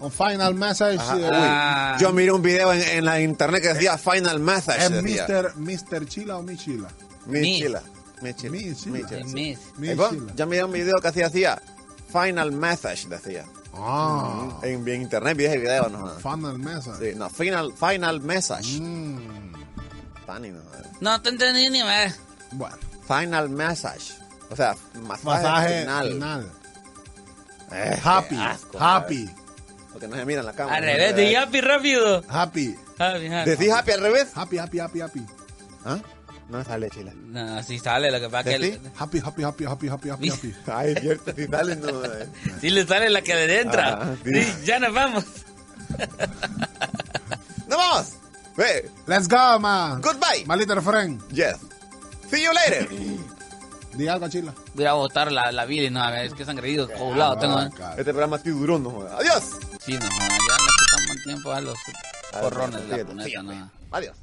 Un final message. Ajá, Ah, eh, uy. Yo miré un video en, en la internet que decía Final Message. ¿Es decía. Mr. Mr. Chila o mi Chila? Mi chila. Mi chila. Mi chila. sí. Mi- mi Ahí va. chila. Yo miré un video que hacía, hacía Final Message, decía. Ah. Mm, En, en internet vi ese video, no. Final message. Sí, no, Final, final Message. Mm. eh. Funny, no. No te entendí ni más. Bueno. Final Message. O sea, masaje, Masaje final. final. Eh, Happy, qué asco, happy. ¿sabes? Porque no se mira en la cámara. Eh, Al revés, de happy rápido. Ah, Happy. Happy, happy. ¿Decís happy al revés? Happy, happy, happy, happy. ¿Ah? No sale, chila. No, así sale, lo que pasa que... ¿Decís? el- Happy, happy, happy, happy, happy, happy, happy. Ay, cierto, si sale, no. eh. Sí le sale la que le entra. Ah, sí. ya nos vamos. ¡Nos vamos! Ve. Let's go, man. Goodbye. My little friend. Yes. See you later. Di algo, Chila. Voy a votar la, la Billy, no, a ver, es que sangreído, coblado tengo. Ah, ¿eh? Este programa es tiburón, no jodas. Adiós. Sí, no, ya no quitamos tiempo a los A ver, corrones de la fíjate, puneta, no. Adiós.